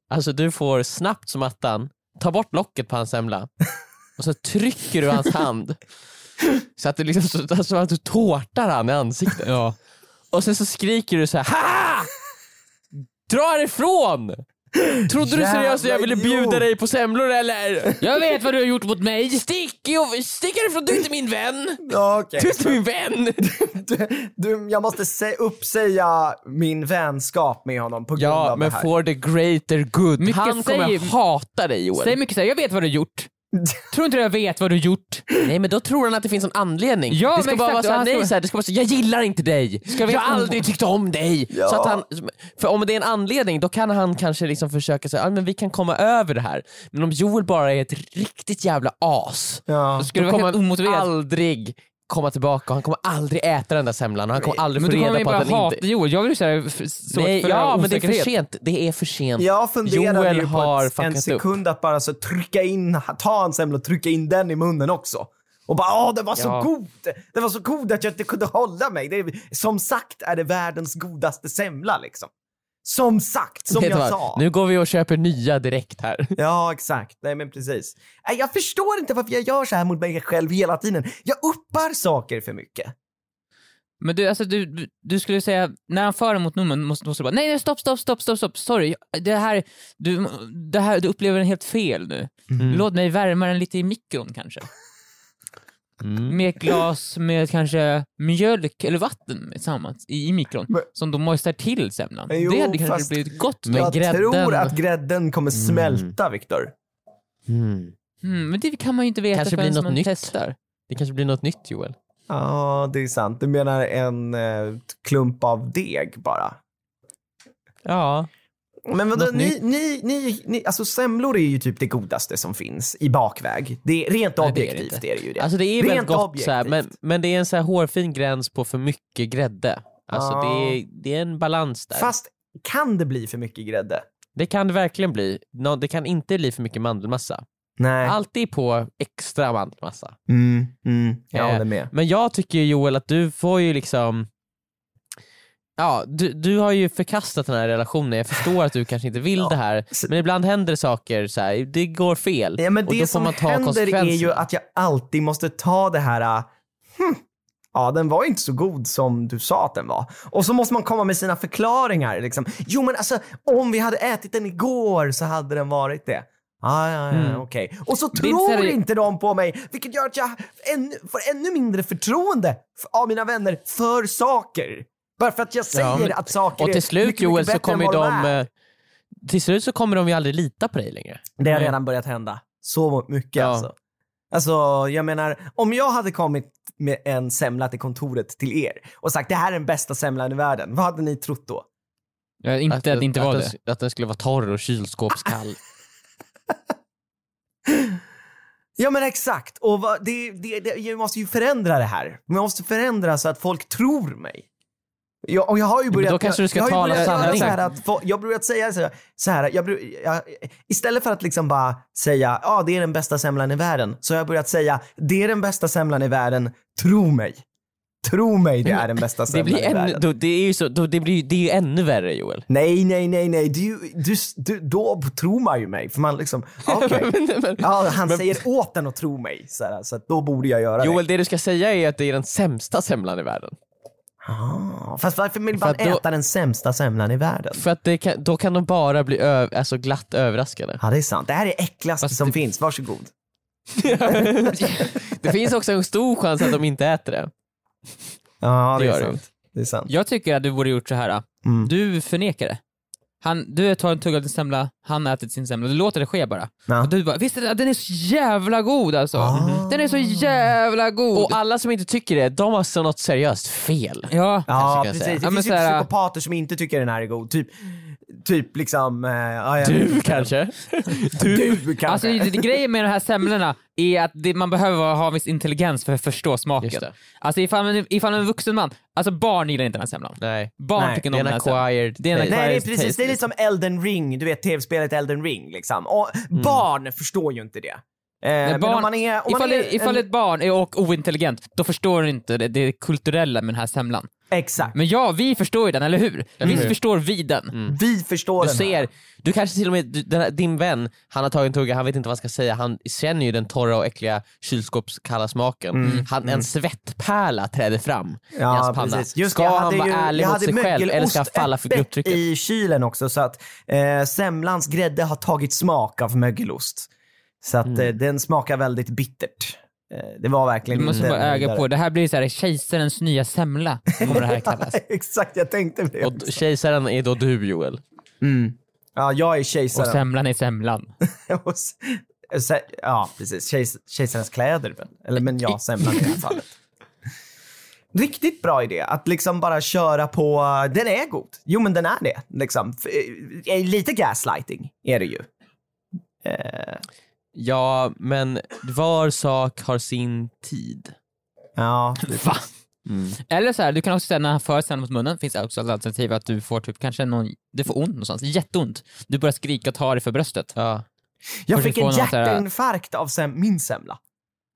Speaker 2: Alltså du får snabbt som attan ta bort locket på hans semla och så trycker du hans hand så att, du liksom, så, så att du tårtar han i ansiktet.
Speaker 4: Ja.
Speaker 2: Och sen så skriker du så här ha! Dra härifrån! Trodde du seriöst att jag ville
Speaker 3: Jävla
Speaker 2: bjuda
Speaker 3: idiot.
Speaker 2: dig på semlor eller?
Speaker 4: Jag vet vad du har gjort mot mig!
Speaker 2: Stick, jo- stick härifrån, du är inte min vän!
Speaker 3: Ja, okej.
Speaker 2: Du är inte min vän!
Speaker 3: Du, du, jag måste se, uppsäga min vänskap med honom på grund
Speaker 2: Ja,
Speaker 3: av
Speaker 2: men
Speaker 3: det här.
Speaker 2: for the greater good.
Speaker 4: Mycket
Speaker 2: Han kommer
Speaker 4: säger-
Speaker 2: hata dig Joel.
Speaker 4: Säg mycket såhär, jag vet vad du har gjort. Tror inte jag vet vad du har gjort?
Speaker 2: Nej men då tror han att det finns en anledning.
Speaker 4: Ja,
Speaker 2: det ska
Speaker 4: men
Speaker 2: bara
Speaker 4: exakt,
Speaker 2: vara
Speaker 4: och
Speaker 2: såhär,
Speaker 4: han
Speaker 2: nej
Speaker 4: tror-
Speaker 2: såhär, det ska vara så, jag gillar inte dig,
Speaker 4: vi-
Speaker 2: jag har aldrig tyckt om dig.
Speaker 3: Ja.
Speaker 2: Så att han, för om det är en anledning då kan han kanske liksom försöka säga, ah, men vi kan komma över det här. Men om Joel bara är ett riktigt jävla as,
Speaker 3: Ja.
Speaker 4: Då skulle
Speaker 2: då
Speaker 4: det vara
Speaker 2: kommer
Speaker 4: helt
Speaker 2: han
Speaker 4: omotiverat.
Speaker 2: aldrig komma tillbaka och han kommer aldrig äta den där semlan och han kommer aldrig
Speaker 4: Men
Speaker 2: få
Speaker 4: då kommer
Speaker 2: reda
Speaker 4: vi
Speaker 2: på
Speaker 4: bara
Speaker 2: att han
Speaker 4: hata
Speaker 2: inte...
Speaker 4: Joel. Jag vill ju såhär, så
Speaker 2: Nej, ja men det är för
Speaker 4: osäkerhet.
Speaker 2: sent. Det är för sent.
Speaker 3: Jag funderade
Speaker 2: Joel
Speaker 3: ju på
Speaker 2: har
Speaker 3: ett, en
Speaker 2: fuckat upp.
Speaker 3: sekund att bara så trycka in, ta en semla och trycka in den i munnen också. Och bara åh, den var
Speaker 2: Ja.
Speaker 3: så god! Den var så god att jag inte kunde hålla mig. Det är, som sagt är det världens godaste semla liksom. Som sagt, som
Speaker 2: Vet du
Speaker 3: jag
Speaker 2: vad?
Speaker 3: sa.
Speaker 2: Nu går vi och köper nya direkt här.
Speaker 3: Ja, exakt. Nej, men precis. Nej, Jag förstår inte varför jag gör så här mot mig själv hela tiden. Jag uppar saker för mycket.
Speaker 4: Men du, alltså, du, du- du skulle säga, när han för emot numren måste, måste du bara, nej nej stopp, stopp, stopp, stopp, stopp, sorry. Det här, du, det här, du upplever den helt fel nu.
Speaker 2: Mm.
Speaker 4: Låt mig värma den lite i mikron kanske.
Speaker 2: Mm.
Speaker 4: Med ett glas med kanske mjölk eller vatten tillsammans i, i mikron.
Speaker 3: Men-
Speaker 4: som då moistar till semlan.
Speaker 3: Jo,
Speaker 4: det hade kanske
Speaker 3: fast-
Speaker 4: blivit gott.
Speaker 2: Men
Speaker 3: jag
Speaker 2: grädden-
Speaker 3: tror att grädden kommer smälta, Viktor.
Speaker 2: Mm.
Speaker 4: Mm, men det kan man ju inte veta
Speaker 2: Kanske blir
Speaker 4: förrän
Speaker 2: något
Speaker 4: man
Speaker 2: nytt.
Speaker 4: testar.
Speaker 2: Det kanske blir något nytt Joel.
Speaker 3: Ja, det är sant. Du menar en eh, klump av deg bara?
Speaker 2: Ja.
Speaker 3: Men vadå,
Speaker 2: Något
Speaker 3: ni, ni, ni, ni, alltså semlor är ju typ det godaste som finns i bakväg. Det är rent
Speaker 4: Nej, det är det
Speaker 3: objektivt
Speaker 4: inte.
Speaker 3: är det ju det.
Speaker 2: Alltså det är
Speaker 3: Rent
Speaker 2: väldigt gott
Speaker 3: objektivt.
Speaker 2: så här, men, men det är en så här hårfin gräns på för mycket grädde. Alltså
Speaker 3: Ja.
Speaker 2: det, är, det är en balans där.
Speaker 3: Fast kan det bli för mycket grädde?
Speaker 2: Det kan det verkligen bli. Nå- det kan inte bli för mycket mandelmassa.
Speaker 3: Nej.
Speaker 2: Alltid på extra mandelmassa.
Speaker 3: Mm, mm, jag
Speaker 2: Eh,
Speaker 3: håller med.
Speaker 2: Men jag tycker ju, Joel att du får ju liksom Ja, du, du har ju förkastat den här relationen, jag förstår att du kanske inte vill det här,
Speaker 3: Så-
Speaker 2: men ibland händer det saker så här, det går fel.
Speaker 3: Ja, men
Speaker 2: och
Speaker 3: det
Speaker 2: då får
Speaker 3: som
Speaker 2: man ta
Speaker 3: händer är ju
Speaker 2: konsekvenserna.
Speaker 3: att jag alltid måste ta det här, ah, hm, ja den var inte så god som du sa att den var. Och så måste man komma med sina förklaringar. Liksom. Jo men alltså om vi hade ätit den igår så hade den varit det. Ah, ja, ja,
Speaker 2: Mm.
Speaker 3: okej. Och så
Speaker 4: är inte
Speaker 3: tror
Speaker 4: så här-
Speaker 3: inte de på mig, vilket gör att jag ännu, får ännu mindre förtroende f- av mina vänner för saker. Bara för att jag säger
Speaker 2: men-
Speaker 3: att saker
Speaker 2: Och
Speaker 3: är
Speaker 2: till slut
Speaker 3: mycket, mycket
Speaker 2: Joel så
Speaker 3: bättre
Speaker 2: kommer ju
Speaker 3: än vad
Speaker 2: de,
Speaker 3: är.
Speaker 2: eh, till slut så kommer de ju aldrig lita på dig längre.
Speaker 3: Det har
Speaker 4: Nej.
Speaker 3: redan börjat hända. Så mycket
Speaker 2: Ja.
Speaker 3: alltså. Alltså jag menar, om jag hade kommit med en semla till kontoret till er och sagt det här är den bästa semlan i världen, vad hade ni trott då?
Speaker 4: Ja, inte att, det inte var
Speaker 2: att,
Speaker 4: det.
Speaker 2: Den, att den skulle vara torr och kylskåpskall.
Speaker 3: Ja men exakt, och vad, det, det, det, jag måste ju förändra det här. Jag måste förändra så att folk tror mig. Jag, och jag har ju
Speaker 2: men
Speaker 3: börjat...
Speaker 2: då kanske du ska
Speaker 3: jag, jag har ju
Speaker 2: tala
Speaker 3: börjat göra
Speaker 2: sanning.
Speaker 3: Så här att, fo- jag har börjat säga så här, så här jag, bru- jag, istället för att liksom bara säga ja det är den bästa semlan i världen, så har jag börjat säga det är den bästa semlan i världen, tro mig. Tro mig, det är den bästa
Speaker 2: det,
Speaker 3: semlan
Speaker 2: blir
Speaker 3: i
Speaker 2: ännu,
Speaker 3: världen.
Speaker 2: då, det är ju så, då, det blir, ju- det är ju ännu värre Joel.
Speaker 3: Nej, nej, nej, nej. Du, du, du, då tror man ju mig. För man liksom, okej.
Speaker 2: Men- men-
Speaker 3: Ja, han säger åt den att tro mig. Så, här, så att då borde jag göra det.
Speaker 2: Joel, det du ska säga är att det är den sämsta semlan i världen.
Speaker 3: Ah, fast varför vill man
Speaker 2: att då-
Speaker 3: äta den sämsta semlan i världen?
Speaker 2: För att det kan, då kan de bara bli ö- alltså glatt överraskade.
Speaker 3: Ja, det är sant. Det här är äckligaste som finns. Varsågod.
Speaker 2: Det finns också en stor chans att de inte äter det.
Speaker 3: Ja, det,
Speaker 2: Det
Speaker 3: är
Speaker 2: gör det.
Speaker 3: sant. Det är sant.
Speaker 4: Jag tycker att du borde gjort så här. ah.
Speaker 3: Mm.
Speaker 4: Du förnekar det. Han, du tar en tugga av din semla, han har ätit sin semla. Du låter det ske bara.
Speaker 3: Ja.
Speaker 4: Och du bara, visst är det- den är så jävla god alltså.
Speaker 3: Ah.
Speaker 4: Den är så jävla god.
Speaker 2: Och alla som inte tycker det, de har alltså något seriöst fel.
Speaker 4: ja.
Speaker 3: Ja,
Speaker 2: kanske kan
Speaker 3: precis.
Speaker 2: säga.
Speaker 3: Det
Speaker 4: Ja, men
Speaker 3: finns ju
Speaker 4: så här-
Speaker 3: psykopater som inte tycker den här är god. Typ, typ liksom... Eh, ja, jag-
Speaker 2: Du kanske?
Speaker 3: du kanske.
Speaker 4: Alltså, det, det, grejen med de här semlorna är att det, man behöver ha en viss intelligens för att förstå
Speaker 2: Just
Speaker 4: smaken.
Speaker 2: det.
Speaker 4: Alltså ifall man, ifall man är en vuxen man, alltså barn gillar inte den här semlan.
Speaker 2: Nej.
Speaker 4: Barn
Speaker 3: Nej,
Speaker 4: tycker
Speaker 2: Det
Speaker 4: inte
Speaker 2: är
Speaker 4: om
Speaker 2: en
Speaker 4: den här semlan.
Speaker 2: acquired
Speaker 4: Det är en
Speaker 2: taste.
Speaker 4: acquired-
Speaker 3: Nej, det är
Speaker 4: Fires
Speaker 3: precis.
Speaker 4: taste,
Speaker 2: Mm.
Speaker 3: Det är liksom Elden ring, du vet tv-spelet Elden ring. Liksom. Och barn förstår ju inte det. Eh, men
Speaker 4: barn-
Speaker 3: om man är... Om
Speaker 4: Ifall,
Speaker 3: man
Speaker 4: det-
Speaker 3: är
Speaker 4: ifall
Speaker 3: en,
Speaker 4: ett barn är och ointelligent, då förstår du inte det, det kulturella med den här semlan.
Speaker 3: exakt.
Speaker 4: Men ja, vi förstår ju den, eller hur? Visst
Speaker 2: Mm.
Speaker 4: förstår vi den?
Speaker 3: Vi förstår
Speaker 2: Du
Speaker 3: den här.
Speaker 2: ser, du kanske till och med, du- den här, din vän, han har tagit en tugga, han vet inte vad han ska säga, han känner ju den torra och äckliga kylskåpskalla smaken.
Speaker 3: Mm.
Speaker 2: Han, En svettpärla träder fram i
Speaker 3: Ja,
Speaker 2: hans panna.
Speaker 3: precis. Just det,
Speaker 2: ska
Speaker 3: jag
Speaker 2: han
Speaker 3: hade
Speaker 2: vara
Speaker 3: ju-
Speaker 2: ärlig
Speaker 3: jag
Speaker 2: mot
Speaker 3: hade
Speaker 2: sig själv eller ska han
Speaker 3: mögelost
Speaker 2: falla för
Speaker 3: öppet
Speaker 2: grupptrycket?
Speaker 3: i kylen också så att eh, semlans grädde har tagit smak av mögelost. Så att
Speaker 2: Mm.
Speaker 3: eh, den smakar väldigt bittert. Eh, det var verkligen
Speaker 4: Du måste
Speaker 3: inte
Speaker 4: bara
Speaker 3: en
Speaker 4: öga
Speaker 3: höjdare.
Speaker 4: på, det här blir så här kejsarens nya semla, kommer det här kallas.
Speaker 3: Exakt, jag tänkte på det.
Speaker 2: Och d- kejsaren är då du Joel.
Speaker 3: Mm. Ja, jag är
Speaker 4: Och
Speaker 3: kejsaren.
Speaker 4: semlan är semlan.
Speaker 3: Och sen... Eh, ja, precis. Kejs- Kejsarens kläder. väl? Eller men ja, semlan i det här fallet. Riktigt bra idé att liksom bara köra på, den är god. Jo men den är det. Liksom. F- eh, Lite gaslighting är det ju. Eh,
Speaker 2: Ja, men var sak har sin tid.
Speaker 3: ja,
Speaker 4: Va? Eller så här, du kan också säga när han för semlan mot munnen, finns det också ett alternativ att du får typ kanske någon, du får ont någonstans, jätteont. Du börjar skrika och ta dig för bröstet.
Speaker 2: Ja.
Speaker 3: jag
Speaker 4: Kanske
Speaker 3: fick en
Speaker 4: få någon så här-
Speaker 3: hjärtinfarkt av sem- min semla.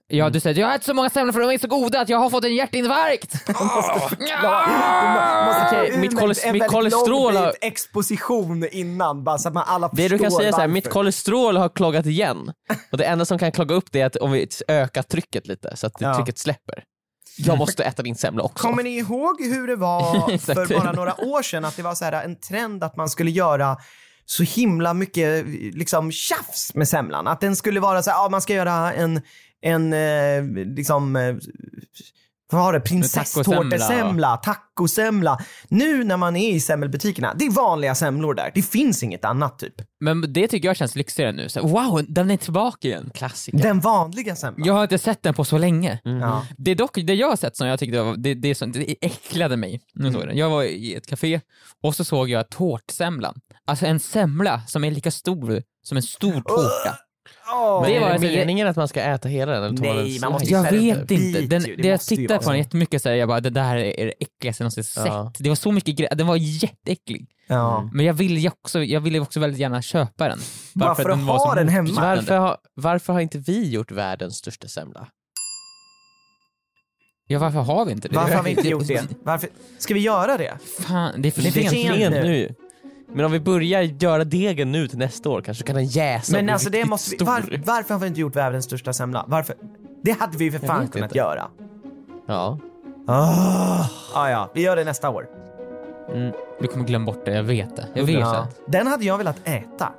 Speaker 4: Ja, du säger jag har ätit så många semlor för de är så goda att jag har fått en hjärtinfarkt.
Speaker 3: Man måste ta
Speaker 2: Okej,
Speaker 3: ur
Speaker 2: mitt
Speaker 3: en-
Speaker 2: koles-
Speaker 3: en
Speaker 2: mitt
Speaker 3: väldigt lång
Speaker 2: kolesterol har-
Speaker 3: bit exposition innan bara så att man alla förstår
Speaker 2: Det du kan säga är så här, mitt
Speaker 3: varför.
Speaker 2: kolesterol har kloggat igen. Och det enda som kan klogga upp det är att om vi ökar trycket lite så att
Speaker 3: Ja.
Speaker 2: trycket släpper. Jag måste äta din semla också.
Speaker 3: Kommer ni ihåg hur det var
Speaker 4: Exakt.
Speaker 3: för bara några år sedan? Att det var så här en trend att man skulle göra så himla mycket liksom, tjafs med semlan. Att den skulle vara så här, ja, man ska göra en, en eh, liksom, eh, vad var det, prinsesstårtesemla, tacosemla. Nu när man är i semmelbutikerna, det är vanliga semlor där. Det finns inget annat typ.
Speaker 4: Men det tycker jag känns lyxigare nu. Så, här, wow, den är tillbaka igen. Klassiker.
Speaker 3: Den vanliga semlan.
Speaker 4: Jag har inte sett den på så länge.
Speaker 2: Mm.
Speaker 3: Ja.
Speaker 4: Det är dock det jag har sett som jag tyckte var, det, det, som, det äcklade mig. Nu
Speaker 3: Mm.
Speaker 4: såg jag den. Jag var i ett café och så såg jag tårtsemlan. Alltså en semla som är lika stor som en stor tårta.
Speaker 3: Åh.
Speaker 2: Men
Speaker 4: Det
Speaker 2: det
Speaker 4: var
Speaker 2: är
Speaker 4: alltså-
Speaker 2: det meningen att man ska äta hela den? Eller ta
Speaker 3: Nej,
Speaker 2: den
Speaker 3: man
Speaker 2: slice?
Speaker 3: måste ju
Speaker 4: Jag
Speaker 3: Isär
Speaker 4: vet
Speaker 3: en
Speaker 4: inte.
Speaker 3: bit
Speaker 4: Den,
Speaker 3: ju, det
Speaker 4: det jag
Speaker 3: måste ju
Speaker 4: tittade
Speaker 3: vara
Speaker 4: på den
Speaker 3: så.
Speaker 4: jättemycket så här, jag bara det där är det äckligaste jag någonsin sett.
Speaker 2: Ja.
Speaker 4: Det var så mycket grejer, den var jätteäcklig.
Speaker 3: Ja.
Speaker 4: Men jag ville ju också, jag ville också väldigt gärna köpa den.
Speaker 3: Bara för att ha den hemma.
Speaker 4: motbjudande.
Speaker 2: Varför har, varför har inte vi gjort världens största semla?
Speaker 4: Ja, varför har vi inte det?
Speaker 3: Varför har vi inte gjort det? Varför? Ska vi göra det?
Speaker 4: Fan, det är för
Speaker 3: Det är för
Speaker 4: sent.
Speaker 3: sent.
Speaker 2: Rent nu. Men om vi börjar göra degen nu till nästa år kanske kan den jäsa och
Speaker 3: Men
Speaker 2: bli
Speaker 3: alltså det
Speaker 2: riktigt
Speaker 3: måste vi,
Speaker 2: stor.
Speaker 3: var, varför har vi inte gjort världens största semla? Varför? Det hade vi ju för fan
Speaker 2: vet
Speaker 3: kunnat
Speaker 2: inte.
Speaker 3: göra.
Speaker 2: Ja.
Speaker 3: Ah, ah, ja, vi gör det nästa år.
Speaker 4: Du kommer glömma bort det, jag vet det. Jag vet
Speaker 3: Ja. Den hade jag velat äta.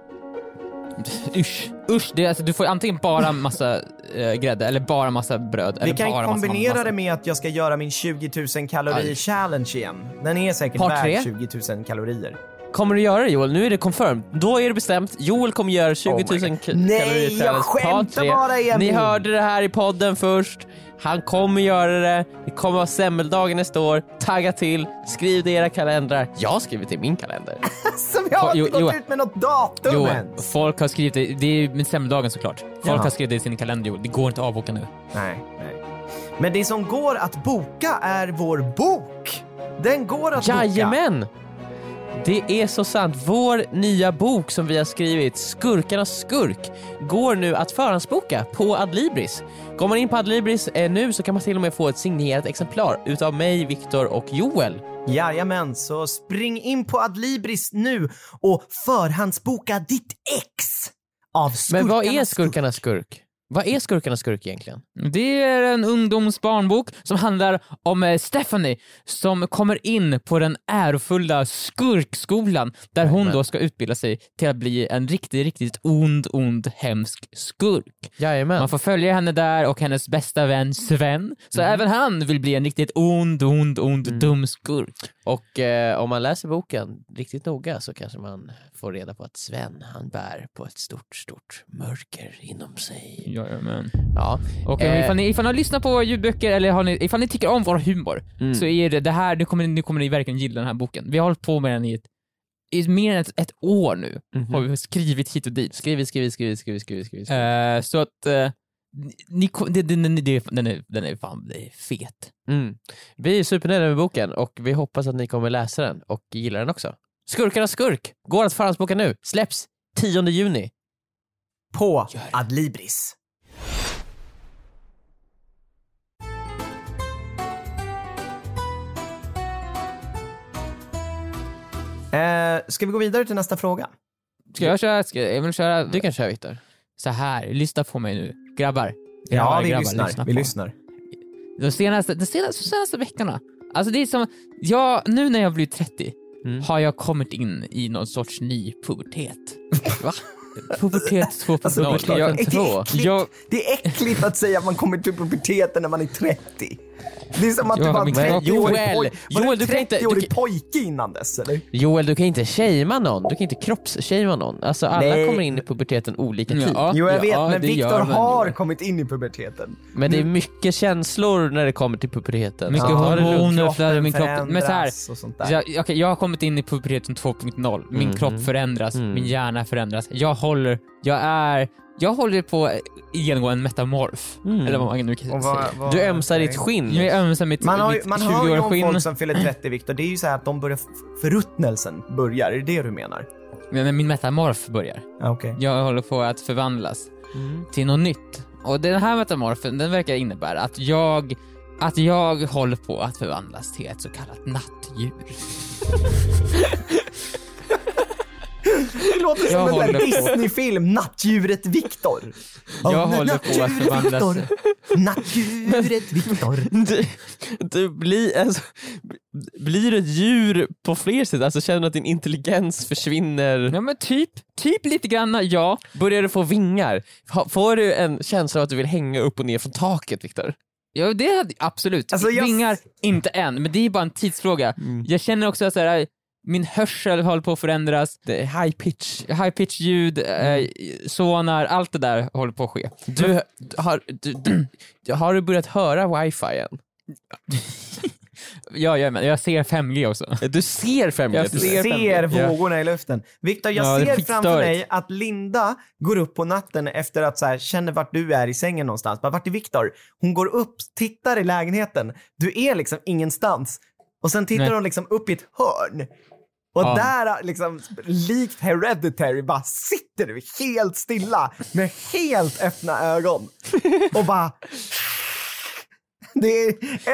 Speaker 4: det. Usch, usch. Det är, alltså, du får antingen bara massa eh, grädde eller bara massa bröd.
Speaker 3: Vi
Speaker 4: eller bara
Speaker 3: kan
Speaker 4: massa-
Speaker 3: kombinera
Speaker 4: massa,
Speaker 3: det med att jag ska göra min 20 000 kalori
Speaker 4: Aj.
Speaker 3: challenge igen. Den är säkert
Speaker 4: Part
Speaker 3: värd
Speaker 4: tre?
Speaker 3: 20 000 kalorier.
Speaker 2: Kommer du göra det Joel? Nu är det confirmed. Då är det bestämt. Joel kommer göra 20 000
Speaker 3: Oh my
Speaker 2: oh
Speaker 3: God. Nej,
Speaker 2: kalorier
Speaker 3: jag
Speaker 2: challenge, part
Speaker 3: skämtar
Speaker 2: tre.
Speaker 3: bara, Emil.
Speaker 2: Ni hörde det här i podden först. Han kommer göra det. Det kommer vara semmeldagen nästa år. Tagga till. Skriv det i era kalendrar. Jag skriver till min kalender.
Speaker 3: Som jag har
Speaker 4: Jo-
Speaker 3: inte gått
Speaker 4: Johan.
Speaker 3: ut med något datum
Speaker 4: Jo,
Speaker 3: ens.
Speaker 4: folk har skrivit det. Det är ju med semmeldagen såklart. Folk
Speaker 3: Jaha.
Speaker 4: har skrivit det i sin kalender. Joel. Det går inte att avboka nu.
Speaker 3: Nej, nej. Men det som går att boka är vår bok. Den går att boka.
Speaker 2: Jajamän! Det är så sant. Vår nya bok som vi har skrivit, Skurkarnas skurk, går nu att förhandsboka på Adlibris. Går man in på Adlibris eh, nu så kan man till och med få ett signerat exemplar utav mig, Viktor och Joel.
Speaker 3: Jajamän, så spring in på Adlibris nu och förhandsboka ditt ex av
Speaker 2: Men vad är
Speaker 3: Skurkarnas
Speaker 2: Skurkarnas skurk? Vad är Skurkarnas skurk egentligen?
Speaker 4: Det är en ungdomsbarnbok som handlar om eh, Stephanie som kommer in på den ärofulla skurkskolan där hon då ska utbilda sig till att bli en riktigt, riktigt ond, ond, hemsk skurk.
Speaker 2: Jajamän.
Speaker 4: Man får följa henne där och hennes bästa vän Sven, så även han vill bli en riktigt ond, ond, ond, dum skurk.
Speaker 2: Och eh, om man läser boken riktigt noga så kanske man får reda på att Sven, han bär på ett stort, stort mörker inom sig.
Speaker 4: Jajamän.
Speaker 2: Ja.
Speaker 4: Och
Speaker 2: Eh,
Speaker 4: ifall, ni, ifall ni har lyssnat på våra ljudböcker eller har ni, ifall ni tycker om vår humor
Speaker 2: Mm.
Speaker 4: så är det det här, nu kommer, ni- nu kommer ni verkligen gilla den här boken. Vi har hållit på med den i, ett, i mer än ett, ett år nu,
Speaker 2: mhm.
Speaker 4: har vi skrivit hit och dit.
Speaker 2: Skriv, skriv, skriv, skriv, skriv, skriv.
Speaker 4: Eh, så att, eh, ni, ko- det, det, det, det, den, är, den är fan det är fet.
Speaker 2: Mm. Vi är supernöjda med boken och vi hoppas att ni kommer läsa den och gillar den också. Skurkarnas skurk går att förhandsboka nu, släpps 10 juni.
Speaker 3: på Adlibris. Eh, ska vi gå vidare till nästa fråga?
Speaker 4: Ska jag köra? Ska Emil köra?
Speaker 2: Du kan köra Viktor.
Speaker 4: Så här, lyssna på mig nu. Grabbar.
Speaker 3: Ja,
Speaker 4: Grabbar,
Speaker 3: vi
Speaker 4: grabbar,
Speaker 3: lyssnar.
Speaker 4: lyssna
Speaker 3: vi
Speaker 4: på mig.
Speaker 3: lyssnar.
Speaker 4: De senaste, de senaste, senaste veckorna. Alltså det är som, jag, nu när jag blir 30
Speaker 2: Mm.
Speaker 4: har jag kommit in i någon sorts ny pubertet. Va? Pubertet 2.0.
Speaker 3: Alltså,
Speaker 2: klart.
Speaker 4: jag,
Speaker 3: det, är
Speaker 2: två.
Speaker 3: äckligt,
Speaker 4: Jag-
Speaker 3: det är äckligt att säga att man kommer till puberteten när man är 30. Det är som att du
Speaker 4: Ja,
Speaker 3: var en
Speaker 4: men-
Speaker 3: 30-årig
Speaker 2: Joel,
Speaker 3: pojke. Var
Speaker 2: Joel,
Speaker 3: du
Speaker 2: du kan inte- du
Speaker 3: 30-årig
Speaker 2: kan-
Speaker 3: pojke innan dess eller?
Speaker 2: Joel, du kan inte shamea någon. Du kan inte kroppsshamea någon. Alltså alla
Speaker 3: Nej.
Speaker 2: kommer in i puberteten olika typ. tid.
Speaker 4: ja,
Speaker 3: Jo jag vet,
Speaker 4: ja,
Speaker 3: men
Speaker 4: det gör
Speaker 3: Viktor
Speaker 4: man ju.
Speaker 3: har kommit in i puberteten.
Speaker 2: Men det är mycket känslor när det kommer till puberteten.
Speaker 4: Mycket
Speaker 2: Så ta det lugnt.
Speaker 4: hormoner
Speaker 3: Kroppen
Speaker 4: flödar i min kropp. Men så här,
Speaker 3: förändras och sånt
Speaker 4: Så
Speaker 3: där. Mhm.
Speaker 4: Jag, okej, jag har kommit in i puberteten 2.0. Min
Speaker 2: Mm.
Speaker 4: kropp förändras,
Speaker 2: Mm.
Speaker 4: min hjärna förändras. Jag håller, jag är, jag håller på att genomgå en metamorf.
Speaker 2: Mm.
Speaker 4: Eller vad man nu kan
Speaker 3: Och
Speaker 4: säga.
Speaker 3: vad- vad-
Speaker 2: Du ömsar ditt
Speaker 3: nej.
Speaker 2: skinn.
Speaker 4: Jag är ömsam mitt,
Speaker 3: Man, har, ju-
Speaker 4: mitt
Speaker 3: man hör ju om
Speaker 4: 20-årsskinn.
Speaker 3: folk som fyller 30 Viktor, det är ju så här att de börjar, förruttnelsen börjar, är det det du menar?
Speaker 4: När min metamorf börjar.
Speaker 3: Ja, okej.
Speaker 4: Jag håller på att förvandlas
Speaker 2: Mm.
Speaker 4: till något nytt. Och den här metamorfen, den verkar innebära att jag, att jag håller på att förvandlas till ett så kallat nattdjur.
Speaker 3: Det låter
Speaker 4: Jag
Speaker 3: som en
Speaker 4: håller
Speaker 3: där
Speaker 4: på.
Speaker 3: Disney-film, Nattdjuret Viktor.
Speaker 4: Jag håller på att förvandlas.
Speaker 3: Viktor. Nattdjuret Viktor.
Speaker 2: Du, du blir, alltså, blir ett djur på fler sätt? Alltså känner du att din intelligens försvinner?
Speaker 4: Ja men typ, typ lite grann ja.
Speaker 2: Börjar du få vingar? Ha- Får du en känsla av att du vill hänga upp och ner från taket Viktor?
Speaker 4: Ja, det hade absolut.
Speaker 3: Alltså, jag-
Speaker 4: Vingar, inte än, men det är bara en tidsfråga.
Speaker 2: Mm.
Speaker 4: Jag känner också att så här, äh, min hörsel håller på att förändras,
Speaker 2: Det är high pitch. Mm.
Speaker 4: high pitch ljud, eh, sonar, allt det där håller på att ske.
Speaker 2: Du, du har, du, du, har du börjat höra wifi än?
Speaker 4: Ja, jag, men jag ser 5G också.
Speaker 2: Du ser 5G?
Speaker 4: Jag
Speaker 2: till och med.
Speaker 3: ser,
Speaker 4: ser
Speaker 3: vågorna i luften. Viktor, jag
Speaker 4: Ja, det är
Speaker 3: ser framför
Speaker 4: skitstörigt.
Speaker 3: mig att Linda går upp på natten efter att så här, känner vart du är i sängen någonstans. Bara, vart är Viktor? Hon går upp, tittar i lägenheten. Du är liksom ingenstans. Och sen tittar
Speaker 4: Nej.
Speaker 3: hon liksom upp i ett hörn. Och
Speaker 4: Ja.
Speaker 3: där, liksom, likt Hereditary, bara sitter du helt stilla med helt öppna ögon. Och bara... Det är,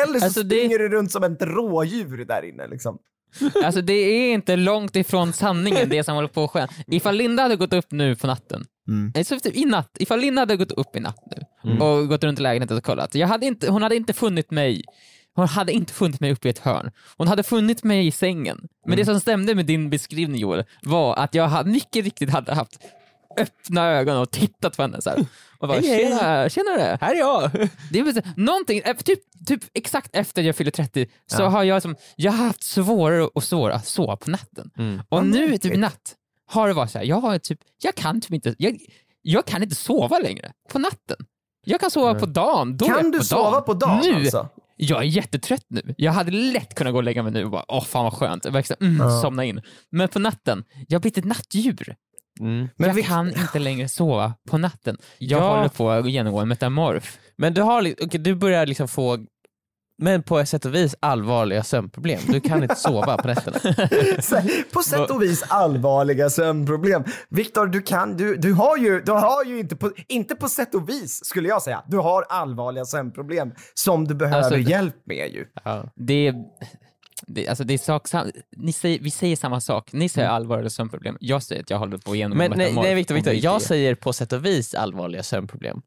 Speaker 3: eller så
Speaker 4: Alltså, det-
Speaker 3: springer du runt som ett rådjur där inne. Liksom.
Speaker 4: Alltså det är inte långt ifrån sanningen det som håller på att ske. Ifall Linda hade gått upp nu på natten,
Speaker 3: Mm.
Speaker 4: Nej, så typ i natt, ifall Linda hade gått upp i natt nu och gått runt i lägenheten och kollat. Jag hade inte, hon hade inte funnit mig hon hade inte funnit mig uppe i ett hörn. Hon hade funnit mig i sängen. Men
Speaker 2: Mm.
Speaker 4: det som stämde med din beskrivning Joel var att jag ha- mycket riktigt hade haft öppna ögon och tittat på henne så här. Och bara,
Speaker 2: Hej, hej.
Speaker 4: tjena, tjena det.
Speaker 2: Här är jag!
Speaker 4: Det är väl så- någonting, eh, typ, typ exakt efter jag fyllde 30 så har jag, som, jag har haft svårare och svårare att sova på natten.
Speaker 2: Mm.
Speaker 4: Och nu
Speaker 3: märkligt.
Speaker 4: typ natt har det varit så här, jag har typ, jag kan typ inte, jag, jag kan inte sova längre på natten. Jag kan sova på dagen. Då är
Speaker 3: Kan
Speaker 4: jag
Speaker 3: du
Speaker 4: på
Speaker 3: sova
Speaker 4: dagen.
Speaker 3: på dagen
Speaker 4: Nu,
Speaker 3: alltså?
Speaker 4: jag är jättetrött nu. Jag hade lätt kunnat gå och lägga mig nu och bara, åh fan vad skönt, jag verkligen, mm,
Speaker 3: Ja.
Speaker 4: somna in. Men på natten, jag har blivit ett nattdjur.
Speaker 2: Mm.
Speaker 3: Men
Speaker 4: jag
Speaker 3: vi-
Speaker 4: kan inte längre sova på natten. Jag
Speaker 2: Ja.
Speaker 4: håller på att genomgå en metamorf.
Speaker 2: Men du, har, li- okej, du börjar liksom få, men på ett sätt och vis, allvarliga sömnproblem. Du kan inte sova på nätterna.
Speaker 3: Så här, På sätt och vis allvarliga sömnproblem. Viktor, du kan, du, du har ju, du har ju inte på, inte på sätt och vis skulle jag säga. Du har allvarliga sömnproblem som du behöver
Speaker 4: Alltså, det-
Speaker 3: hjälp med ju.
Speaker 4: Det, det, alltså det är sak, sam- ni säger, vi säger samma sak. Ni säger allvarliga sömnproblem. Jag säger att jag håller på igenom
Speaker 2: Mm. Men nej, nej Viktor, Viktor, jag säger på sätt och vis allvarliga sömnproblem.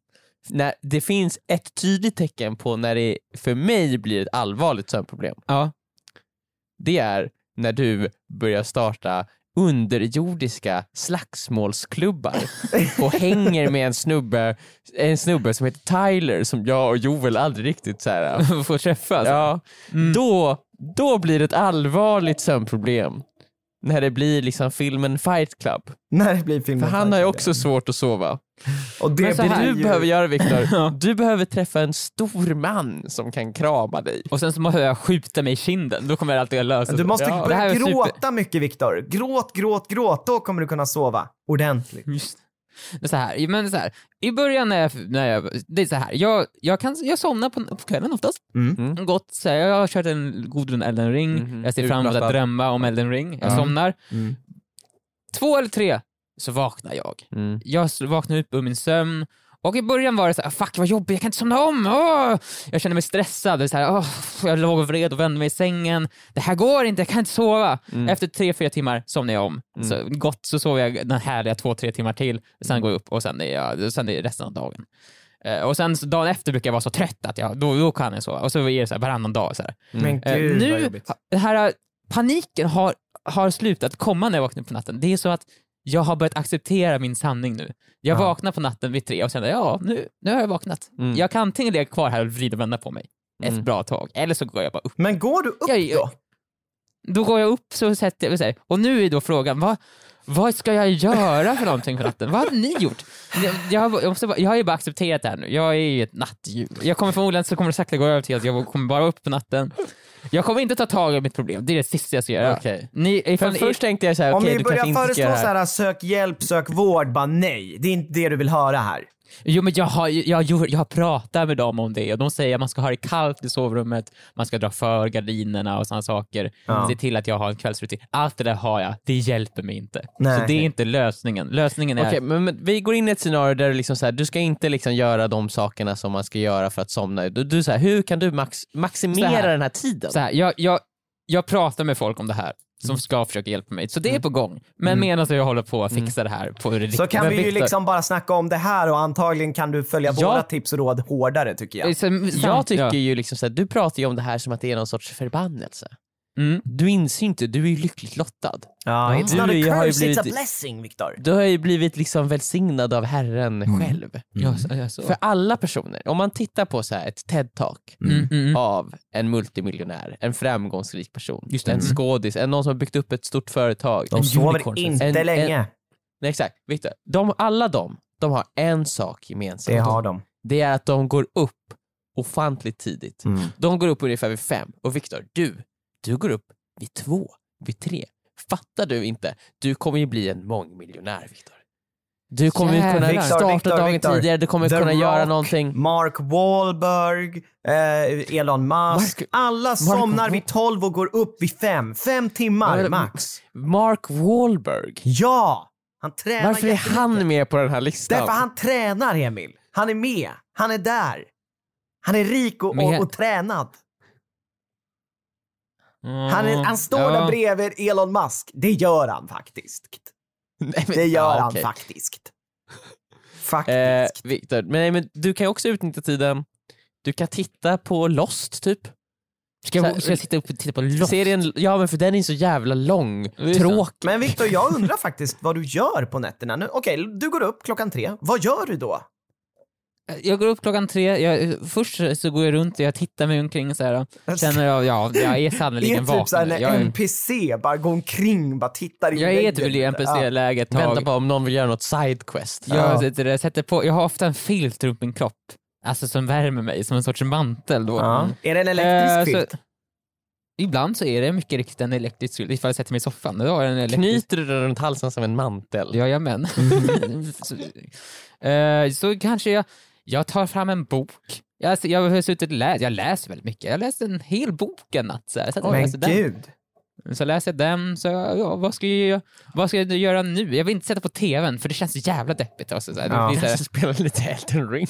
Speaker 2: När det finns ett tydligt tecken på när det för mig blir ett allvarligt sömnproblem.
Speaker 4: Ja.
Speaker 2: Det är när du börjar starta underjordiska slagsmålsklubbar och hänger med en snubbe, en snubbe som heter Tyler som jag och Joel aldrig riktigt så här,
Speaker 4: får alltså. Mm. träffas.
Speaker 2: Ja, då, då blir det ett allvarligt sömnproblem. När det blir liksom filmen Fight Club.
Speaker 3: När det blir filmen.
Speaker 2: För han har ju också svårt att sova.
Speaker 3: Och det,
Speaker 4: Men så
Speaker 2: Det
Speaker 4: här
Speaker 2: du
Speaker 3: blir ju-
Speaker 2: behöver göra Viktor, du behöver träffa en stor man som kan krama dig.
Speaker 4: Och sen så måste jag skjuta mig i kinden, då kommer alltid att lösa sig.
Speaker 3: Du måste
Speaker 4: Ja, det här
Speaker 3: börja
Speaker 4: är
Speaker 3: gråta
Speaker 4: super-
Speaker 3: mycket Viktor. Gråt, gråt, gråt. Då kommer du kunna sova ordentligt.
Speaker 4: Just. det. Så här, men så här, I början när jag, när jag det är så här, jag, jag, kan, jag somnar på, på kvällen oftast.
Speaker 3: Mm.
Speaker 4: Gott, så här, jag har kört en god runda Elden ring,
Speaker 2: Mhm.
Speaker 4: jag ser fram emot att
Speaker 2: Utmattad.
Speaker 4: drömma om Elden ring, jag
Speaker 2: Ja.
Speaker 4: somnar.
Speaker 3: Mm.
Speaker 4: Två eller tre så vaknar jag. jag vaknar upp ur min sömn Och i början var det så här, fuck vad jobbigt, jag kan inte somna om. Åh! Jag kände mig stressad. Det är Så här, åh, jag låg och vred och vände mig i sängen. Det här går inte, jag kan inte sova.
Speaker 2: Mm.
Speaker 4: Efter tre, fyra timmar somnade jag om. Så gott så sov jag den härliga två, tre timmar till. Sen går jag upp och sen är, jag, sen är det resten av dagen. Eh, Och sen så dagen efter brukar jag vara så trött att jag, då, då kan jag sova. Och så är det så här varannan dag. Så här.
Speaker 3: Men
Speaker 4: Eh,
Speaker 3: gud vad
Speaker 4: nu,
Speaker 3: jobbigt.
Speaker 4: ha- det här eh, paniken har, har slutat komma när jag vaknar på natten. Det är så att jag har börjat acceptera min sanning nu. Jag
Speaker 3: Ja.
Speaker 4: vaknar på natten vid tre och känner ja, nu, nu har jag vaknat.
Speaker 2: Mm.
Speaker 4: Jag kan antingen ligga kvar här och vrida och vända på mig
Speaker 3: Mm.
Speaker 4: ett bra tag, eller så går jag bara upp.
Speaker 3: Men går du upp
Speaker 4: Jag- jag-
Speaker 3: då?
Speaker 4: Då går jag upp så sätter jag mig så här. och nu är då frågan, vad, vad ska jag göra för någonting på natten? Vad hade ni gjort? Jag, jag, har, jag, måste, bara- jag har ju bara accepterat det här nu, jag är ju ett nattdjur. Jag kommer förmodligen så kommer det sakta gå över till att jag kommer bara upp på natten. Jag kommer inte ta tag i mitt problem, det är det sista jag ska göra.
Speaker 2: Okej.
Speaker 4: Ni,
Speaker 2: För
Speaker 4: ifall,
Speaker 2: först tänkte jag så här,
Speaker 3: Om
Speaker 2: okej
Speaker 3: vi
Speaker 2: du kanske
Speaker 3: börjar
Speaker 2: inte ska göra
Speaker 3: föreslå
Speaker 2: det
Speaker 3: så
Speaker 2: här.
Speaker 3: här, sök hjälp, sök vård, bara nej. Det är inte det du vill höra här.
Speaker 4: Jo men jag har, jag, har- jag har pratat med dem om det och de säger att man ska ha det kallt i sovrummet, man ska dra för gardinerna och sådana saker.
Speaker 3: Ja.
Speaker 4: Se till att jag har en kvällsrutin. Allt det där har jag, det hjälper mig inte.
Speaker 3: Nej.
Speaker 4: Så det är inte lösningen. Lösningen är...
Speaker 2: Okej, men, men vi går in i ett scenario där du, liksom så här, du ska inte liksom göra de sakerna som man ska göra för att somna. Du, du så här, hur kan du max, maximera
Speaker 4: Så här.
Speaker 2: den här tiden?
Speaker 3: Liksom.
Speaker 4: Så här, jag, jag, jag pratar med folk om det här
Speaker 3: Mm.
Speaker 4: som ska försöka hjälpa mig, så det är på gång. Men medan jag håller på att fixa det här på det
Speaker 3: Mm. Så
Speaker 4: riktiga.
Speaker 3: kan
Speaker 2: Men
Speaker 3: vi ju
Speaker 2: Viktor-
Speaker 3: liksom bara snacka om det här och antagligen kan du följa
Speaker 2: Ja.
Speaker 3: våra tips och råd hårdare tycker jag.
Speaker 2: Jag tycker ju liksom så här, du pratar ju om det här som att det är någon sorts förbannelse.
Speaker 4: Mm.
Speaker 2: Du inser inte, du är ju lyckligt lottad.
Speaker 3: Ja,
Speaker 2: Du
Speaker 3: it's not a
Speaker 2: har ju
Speaker 3: curse,
Speaker 2: blivit-
Speaker 3: it's a blessing Viktor.
Speaker 2: Du har ju blivit liksom välsignad av Herren själv.
Speaker 4: Ja, så- ja, så.
Speaker 2: För alla personer, om man tittar på så här ett TED-talk
Speaker 4: Mm, mm, mm.
Speaker 2: av en multimiljonär, en framgångsrik person,
Speaker 4: Just det.
Speaker 2: en
Speaker 4: Mm.
Speaker 2: skådis, en någon som har byggt upp ett stort företag.
Speaker 3: De sover
Speaker 4: unicorn,
Speaker 3: inte
Speaker 2: en- en-
Speaker 3: länge.
Speaker 2: Nej, exakt, Victor, de, alla de, de har en sak gemensamt.
Speaker 3: det har de.
Speaker 2: Det är att de går upp ofantligt
Speaker 3: Mm.
Speaker 2: tidigt. De går upp ungefär vid fem. Och Viktor, du, du går upp vid två, vid tre. Fattar du inte? Du kommer ju bli en mångmiljonär, Viktor. Du kommer ju kunna
Speaker 4: Jävlar.
Speaker 3: Viktor,
Speaker 2: starta
Speaker 3: Viktor,
Speaker 2: dagen
Speaker 3: Viktor.
Speaker 2: tidigare, du kommer
Speaker 3: The
Speaker 2: kunna göra
Speaker 3: Rock,
Speaker 2: någonting.
Speaker 3: Mark Wahlberg, eh, Elon Musk.
Speaker 2: Mark-
Speaker 3: alla somnar
Speaker 2: Wahl-
Speaker 3: vid 12 och går upp vid fem. Fem timmar
Speaker 2: Men-
Speaker 3: max.
Speaker 2: Mark Wahlberg.
Speaker 3: Ja! Han tränar
Speaker 2: Varför är
Speaker 3: jättemycket.
Speaker 2: han med på den här listan?
Speaker 3: Därför han tränar Emil. Han är med. Han är där. Han är rik och,
Speaker 4: Men
Speaker 3: och,
Speaker 4: jag-
Speaker 3: och tränad. Han, är, han står där
Speaker 4: Mm. Ja.
Speaker 3: bredvid Elon Musk. Det gör han faktiskt.
Speaker 2: Nej, men-
Speaker 3: Det gör
Speaker 2: Ja,
Speaker 3: han
Speaker 2: okej.
Speaker 3: faktiskt.
Speaker 2: Eh,
Speaker 3: Faktiskt.
Speaker 2: Viktor, men, nej, men du kan ju också utnyttja tiden. Du kan titta på Lost typ.
Speaker 4: Ska,
Speaker 2: Så här-
Speaker 4: jag, ska jag sitta upp och titta på Lost?
Speaker 2: Serien, ja men för den är så jävla lång,
Speaker 4: är
Speaker 2: tråkig.
Speaker 3: Men Viktor, jag undrar faktiskt vad du gör på nätterna. nu. Okej, du går upp klockan tre. Vad gör du då?
Speaker 4: Jag går upp klockan tre, jag, först så går jag runt och jag tittar mig omkring så här. Känner jag, ja, jag är
Speaker 3: Alltså- Är
Speaker 4: sannerligen
Speaker 3: typ
Speaker 4: vaken.
Speaker 3: såhär
Speaker 4: nu.
Speaker 3: när
Speaker 4: Jag, är-
Speaker 3: NPC bara går omkring, bara tittar in i
Speaker 4: jag är
Speaker 3: väggen.
Speaker 4: typ i NPC-läge ett
Speaker 2: Vänta
Speaker 4: tag.
Speaker 2: bara om någon vill göra något sidequest.
Speaker 4: Jag,
Speaker 3: Ja.
Speaker 4: sitter där, sätter på, jag har ofta en filt runt min kropp, alltså som värmer mig, som en sorts mantel då.
Speaker 3: Ja.
Speaker 4: Mm.
Speaker 3: Är det en elektrisk
Speaker 4: Eh,
Speaker 3: filt?
Speaker 4: så- Ibland så är det mycket riktigt en elektrisk filt, ifall jag sätter mig i soffan. Då är det en elektrisk...
Speaker 2: Knyter du den runt halsen som en mantel?
Speaker 4: Jajamän. så, eh, så kanske jag, jag tar fram en bok. Jag, jag har suttit och läst, jag läser väldigt mycket. Jag läste en hel bok en natt. Så här. Jag satt och
Speaker 3: Men
Speaker 4: läste alltså, den.
Speaker 3: gud.
Speaker 4: Så läser jag den, så ja, vad, ska jag, vad ska jag göra nu? Jag vill inte sätta på tvn för det känns så jävla deppigt. Alltså, så här.
Speaker 3: Ja.
Speaker 4: Det blir så här,
Speaker 2: Kanske spela lite Elden ring.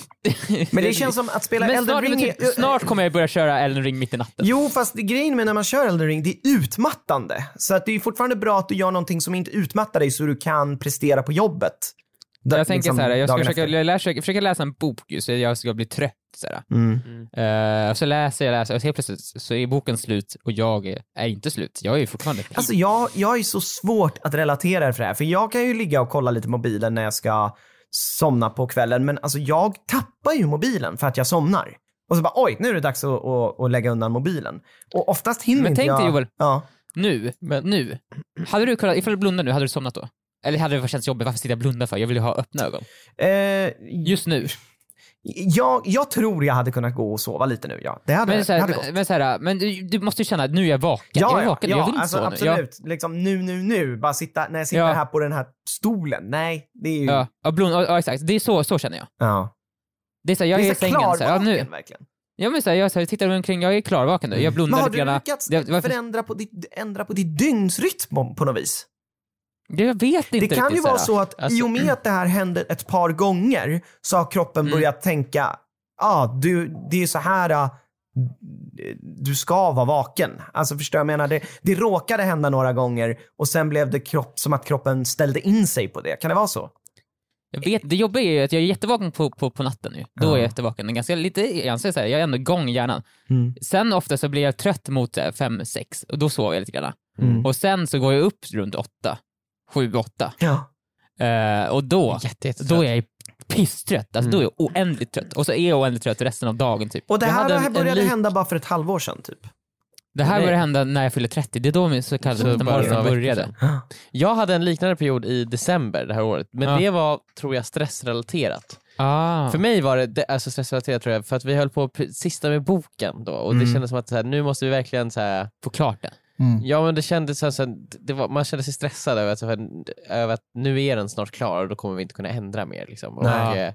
Speaker 3: Men det känns som att spela
Speaker 4: men
Speaker 3: Elden
Speaker 4: snart,
Speaker 3: Ring...
Speaker 4: typ,
Speaker 3: är-
Speaker 4: snart kommer jag börja köra Elden Ring mitt i natten.
Speaker 3: Jo, fast det- grejen med när man kör Elden Ring, det är utmattande. Så att det är fortfarande bra att du gör någonting som inte utmattar dig så du kan prestera på jobbet. Där-
Speaker 4: jag tänker
Speaker 3: liksom
Speaker 4: så här, jag ska
Speaker 3: dagen
Speaker 4: försöka,
Speaker 3: efter.
Speaker 4: jag lär, försöka, försöka läsa en bok ju, så jag ska bli trött. Så, här.
Speaker 3: Mm.
Speaker 4: Eh, och så läser jag, läser och helt plötsligt så är boken slut och jag är, är inte slut. Jag är ju fortfarande pigg.
Speaker 3: Alltså jag, jag är så svårt att relatera för det här, för jag kan ju ligga och kolla lite mobilen när jag ska somna på kvällen, men alltså jag tappar ju mobilen för att jag somnar. Och så bara oj, nu är det dags att, att, att lägga undan mobilen. Och oftast hinner
Speaker 4: Men
Speaker 3: inte
Speaker 4: tänk
Speaker 3: jag...
Speaker 4: dig, Joel.
Speaker 3: Ja.
Speaker 4: Nu, nu. Hade du kunnat, ifall du blundar nu, hade du somnat då? Eller hade det känts jobbigt? Varför sitter jag och blundar för? Jag vill ju ha öppna ögon.
Speaker 3: Eh,
Speaker 4: Just nu.
Speaker 3: jag, jag tror jag hade kunnat gå och sova lite nu, ja. Det hade,
Speaker 4: Men, så
Speaker 3: hade gått.
Speaker 4: här, men, så här, men du, du måste ju känna att nu är jag vaken. jag är vaken, jag vill inte
Speaker 3: alltså,
Speaker 4: sova nu. Jag,
Speaker 3: absolut. Liksom nu, nu, nu. Bara sitta, när jag sitter
Speaker 4: Ja.
Speaker 3: här på den här stolen. Nej, det är ju...
Speaker 4: ja, ja, blund, ja, ja, exakt. Det är så, så känner jag.
Speaker 3: Ja.
Speaker 4: Det är så här, jag är,
Speaker 3: det
Speaker 4: i sängen så här, ja, nu.
Speaker 3: klarvaken, verkligen.
Speaker 4: Ja, men så här, jag så här, tittar omkring, jag är klarvaken nu. Jag
Speaker 3: Men
Speaker 4: blundar
Speaker 3: har
Speaker 4: lite
Speaker 3: du
Speaker 4: grann.
Speaker 3: lyckats
Speaker 4: Det- varför-
Speaker 3: förändra på ditt, ändra på ditt dygnsrytm om- på något vis?
Speaker 4: Det- Jag vet inte
Speaker 3: Det
Speaker 4: riktigt.
Speaker 3: kan ju vara
Speaker 4: Sarah.
Speaker 3: så att i
Speaker 4: Alltså,
Speaker 3: och med att det här hände ett par gånger så har kroppen
Speaker 4: Mm.
Speaker 3: börjat tänka, ah, du, det är så här ah, du ska vara vaken. Alltså förstår jag menar? Det, det råkade hända några gånger och sen blev det kropp, som att kroppen ställde in sig på det. Kan det vara så?
Speaker 4: Jag vet, det jobbiga är ju att jag är jättevaken på, på, på natten nu. Då är jag jättevaken. Ganska lite, jag, säger så här, jag är ändå igång i hjärnan.
Speaker 3: Mm.
Speaker 4: Sen ofta så blir jag trött mot 5-6 och då sover jag lite grann.
Speaker 3: Mm.
Speaker 4: Och sen så går jag upp runt 8, 7-8
Speaker 3: Ja.
Speaker 4: eh, och då,
Speaker 2: Jätte, jättetrött.
Speaker 4: då är jag pisstrött. Alltså, Då är jag
Speaker 2: Mm.
Speaker 4: oändligt trött och så är jag oändligt trött resten av dagen. Typ.
Speaker 3: Och det
Speaker 4: jag
Speaker 3: här,
Speaker 4: hade
Speaker 3: det
Speaker 4: en-
Speaker 3: här
Speaker 4: en
Speaker 3: började
Speaker 4: lik-
Speaker 3: hända bara för ett halvår sedan typ.
Speaker 4: Det här
Speaker 2: Nej.
Speaker 4: började hända när jag fyllde 30, det är då min så
Speaker 2: Så
Speaker 4: kallade
Speaker 2: började
Speaker 4: morgon
Speaker 2: det.
Speaker 4: började.
Speaker 2: Jag hade en liknande period i december det här året, men
Speaker 4: Ja.
Speaker 2: det var, tror jag, stressrelaterat.
Speaker 4: Ah.
Speaker 2: För mig var det, det alltså stressrelaterat tror jag, för att vi höll på p- sista med boken då och det kändes som att så här, nu måste vi verkligen så här,
Speaker 4: Mm. Få klart den.
Speaker 2: ja men det kändes så här, så här, det var, man kände sig stressad över att, så här, över att nu är den snart klar och då kommer vi inte kunna ändra mer. Liksom. Och,
Speaker 4: Nej.
Speaker 2: eh,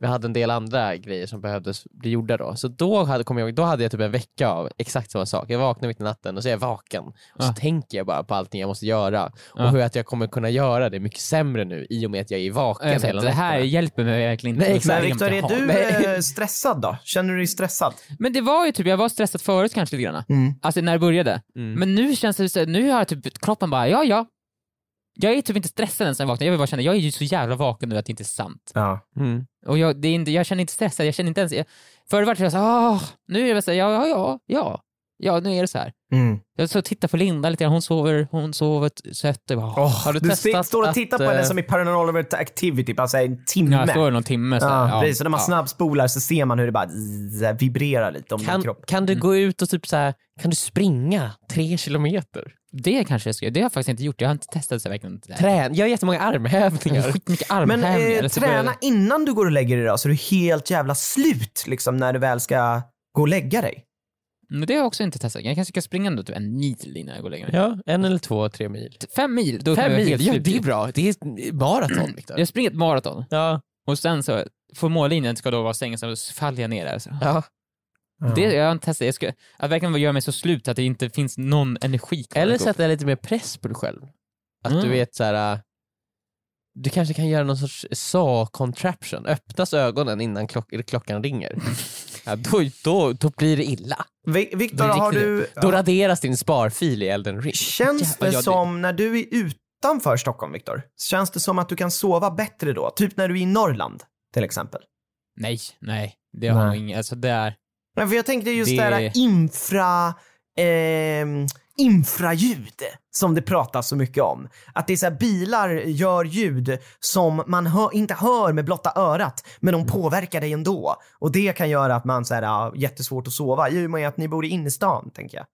Speaker 2: vi hade en del andra grejer som behövdes bli gjorda då. Så då hade, kom jag, ihåg, då hade jag typ en vecka av exakt samma sak. Jag vaknar mitt i natten och så är jag vaken. Och så
Speaker 4: Ja.
Speaker 2: tänker jag bara på allting jag måste göra. Och
Speaker 4: Ja.
Speaker 2: hur att jag kommer kunna göra det mycket sämre nu i och med att jag är vaken
Speaker 4: Jag sa,
Speaker 2: hela
Speaker 4: det här
Speaker 2: nätterna."
Speaker 4: hjälper mig verkligen inte.
Speaker 2: Nej,
Speaker 4: Det
Speaker 2: exakt.
Speaker 3: Men
Speaker 4: jämt
Speaker 3: Viktor,
Speaker 4: jag
Speaker 3: är
Speaker 4: har.
Speaker 3: du
Speaker 2: Nej.
Speaker 3: eh, stressad då? Känner du dig stressad?
Speaker 4: Men det var ju typ, jag var stressad förut kanske lite grann.
Speaker 3: Mm.
Speaker 4: Alltså när det började.
Speaker 2: Mm.
Speaker 4: Men nu känns det så, nu har jag typ, kroppen bara, ja ja. Jag är typ inte stressad ens när jag vaknar, jag vill bara känna, jag är ju så jävla vaken nu att det inte är sant.
Speaker 3: Ja.
Speaker 2: Mm.
Speaker 4: Och jag, det är inte, jag känner inte stressad, jag känner inte ens, jag, förr var jag såhär, åh, nu är det bara såhär, ja ja ja, ja, ja nu är det så här.
Speaker 3: Mm.
Speaker 4: Jag så tittar på Linda lite grann, hon sover, hon sover t- sött. Jag bara, åh.
Speaker 2: Har du,
Speaker 3: Du
Speaker 2: testat
Speaker 3: st- står och
Speaker 2: att,
Speaker 3: tittar på
Speaker 2: eh,
Speaker 3: henne som i Paranormal Activity, bara så här en timme.
Speaker 4: Jag står någon timme så här,
Speaker 3: Ja, precis. Så när man
Speaker 4: ja.
Speaker 3: snabbspolar så ser man hur det bara zzz, vibrerar lite om din
Speaker 2: kan,
Speaker 3: kropp.
Speaker 2: kan du gå ut och typ så här, kan du springa tre kilometer?
Speaker 4: Det kanske jag ska göra, det har jag faktiskt inte gjort, jag har inte testat så här, verkligen.
Speaker 2: Trän, gör jättemånga
Speaker 4: Jag har
Speaker 2: armhävningar.
Speaker 4: skitmycket
Speaker 3: Men
Speaker 4: armhävningar.
Speaker 3: eh,
Speaker 4: eller så börjar jag-
Speaker 3: träna innan du går och lägger dig då, så du är helt jävla slut liksom, när du väl ska gå och lägga dig.
Speaker 4: Men det har jag också inte testat. Jag kanske ska springa ändå typ en mil innan jag går och lägger mig.
Speaker 2: Ja, en eller två, tre mil.
Speaker 4: Fem mil, då kommer
Speaker 2: Fem
Speaker 4: jag
Speaker 2: mil,
Speaker 4: helt
Speaker 2: ja
Speaker 4: slut
Speaker 2: det är
Speaker 4: ut.
Speaker 2: bra. Det är maraton Viktor.
Speaker 4: Jag springer ett maraton
Speaker 2: Ja,
Speaker 4: och sen så, får mållinjen ska då vara sängen så faller jag ner där. Så.
Speaker 2: ja.
Speaker 4: Det jag har inte testat. Jag ska, att verkligen göra mig så slut att det inte finns någon energi kvar.
Speaker 2: Eller
Speaker 4: att gå.
Speaker 2: sätta lite mer press på dig själv. Att
Speaker 4: Mm.
Speaker 2: du vet så här. äh, Du kanske kan göra någon sorts sa-contraption. Öppnas ögonen innan klock, eller klockan ringer. ja, då, då, då blir det illa.
Speaker 3: Vi- Viktor,
Speaker 4: Det är
Speaker 3: har du...
Speaker 4: riktigt.
Speaker 2: Då raderas din sparfil i Elden Ring.
Speaker 3: Känns
Speaker 4: Jävlar,
Speaker 3: det
Speaker 4: jag-
Speaker 3: som, när du är utanför Stockholm, Viktor, känns det som att du kan sova bättre då? Typ när du är i Norrland, till exempel.
Speaker 4: Nej, nej. Det har
Speaker 3: Nej.
Speaker 4: jag inget. Alltså där.
Speaker 3: Nej, för jag tänkte just det,
Speaker 4: Det-
Speaker 3: här infra... ehm, infraljud som det pratas så mycket om. Att det är så här, bilar gör ljud som man hör, inte hör med blotta örat, men de påverkar dig ändå. Och det kan göra att man så här, har jättesvårt att sova, i och med att ni bor i innerstan, tänker jag.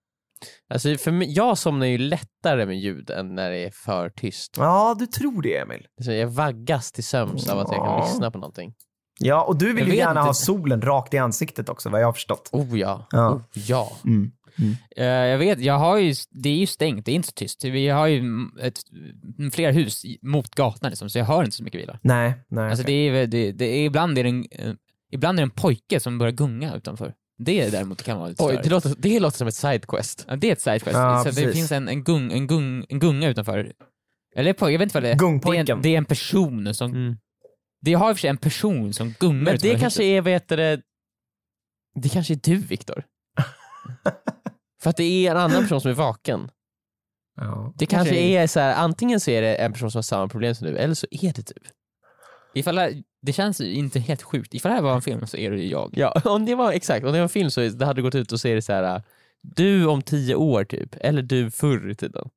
Speaker 2: Alltså, för mig, jag somnar ju lättare med ljud än när det är för tyst.
Speaker 3: Ja, du tror det, Emil.
Speaker 2: Alltså, jag vaggas till sömns av att jag kan
Speaker 3: Ja.
Speaker 2: lyssna på någonting.
Speaker 3: Ja, och du
Speaker 4: Jag
Speaker 3: vill ju
Speaker 4: vet
Speaker 3: gärna
Speaker 4: inte.
Speaker 3: ha solen rakt i ansiktet också, vad jag har förstått.
Speaker 2: Oh ja.
Speaker 3: Ja.
Speaker 2: Oh, ja.
Speaker 4: Eh, jag vet, jag har ju, det är ju stängt, det är inte så tyst. Vi har ju mm, ett, mm, flera hus i- mot gatan liksom, så jag hör inte så mycket bilar.
Speaker 3: Nej, nej.
Speaker 4: Alltså det
Speaker 3: okej.
Speaker 4: är, väl- det, det är, ibland, är det en, eh, ibland är det en pojke som börjar gunga utanför. Det däremot kan vara lite
Speaker 2: Oj,
Speaker 4: störigt.
Speaker 2: det låter, det låter som ett sidequest.
Speaker 4: Ja, det är ett sidequest.
Speaker 3: Ja,
Speaker 4: så det
Speaker 3: precis.
Speaker 4: finns en, en, gung, en, gung, en gunga utanför. Eller pojke, jag vet inte vad det är.
Speaker 3: Gungpojken.
Speaker 4: Det är en, det är en person som...
Speaker 2: Mm.
Speaker 4: Det har i och för sig en person som gungar
Speaker 2: Men
Speaker 4: utanför
Speaker 2: det kanske
Speaker 4: huset.
Speaker 2: är, vad heter det, det kanske är du Viktor? För att det är en annan person som är vaken.
Speaker 3: Ja.
Speaker 2: Det
Speaker 4: Kanske
Speaker 2: kanske är så här, antingen så är det en person som har samma problem som du, eller så är det du.
Speaker 4: Ifall det, här- det känns ju inte helt sjukt. Ifall det här var en film så är det ju jag.
Speaker 2: Ja, om det var exakt, om det var en film så är- det hade gått ut och så är det så här, du om tio år typ, eller du förr i tiden.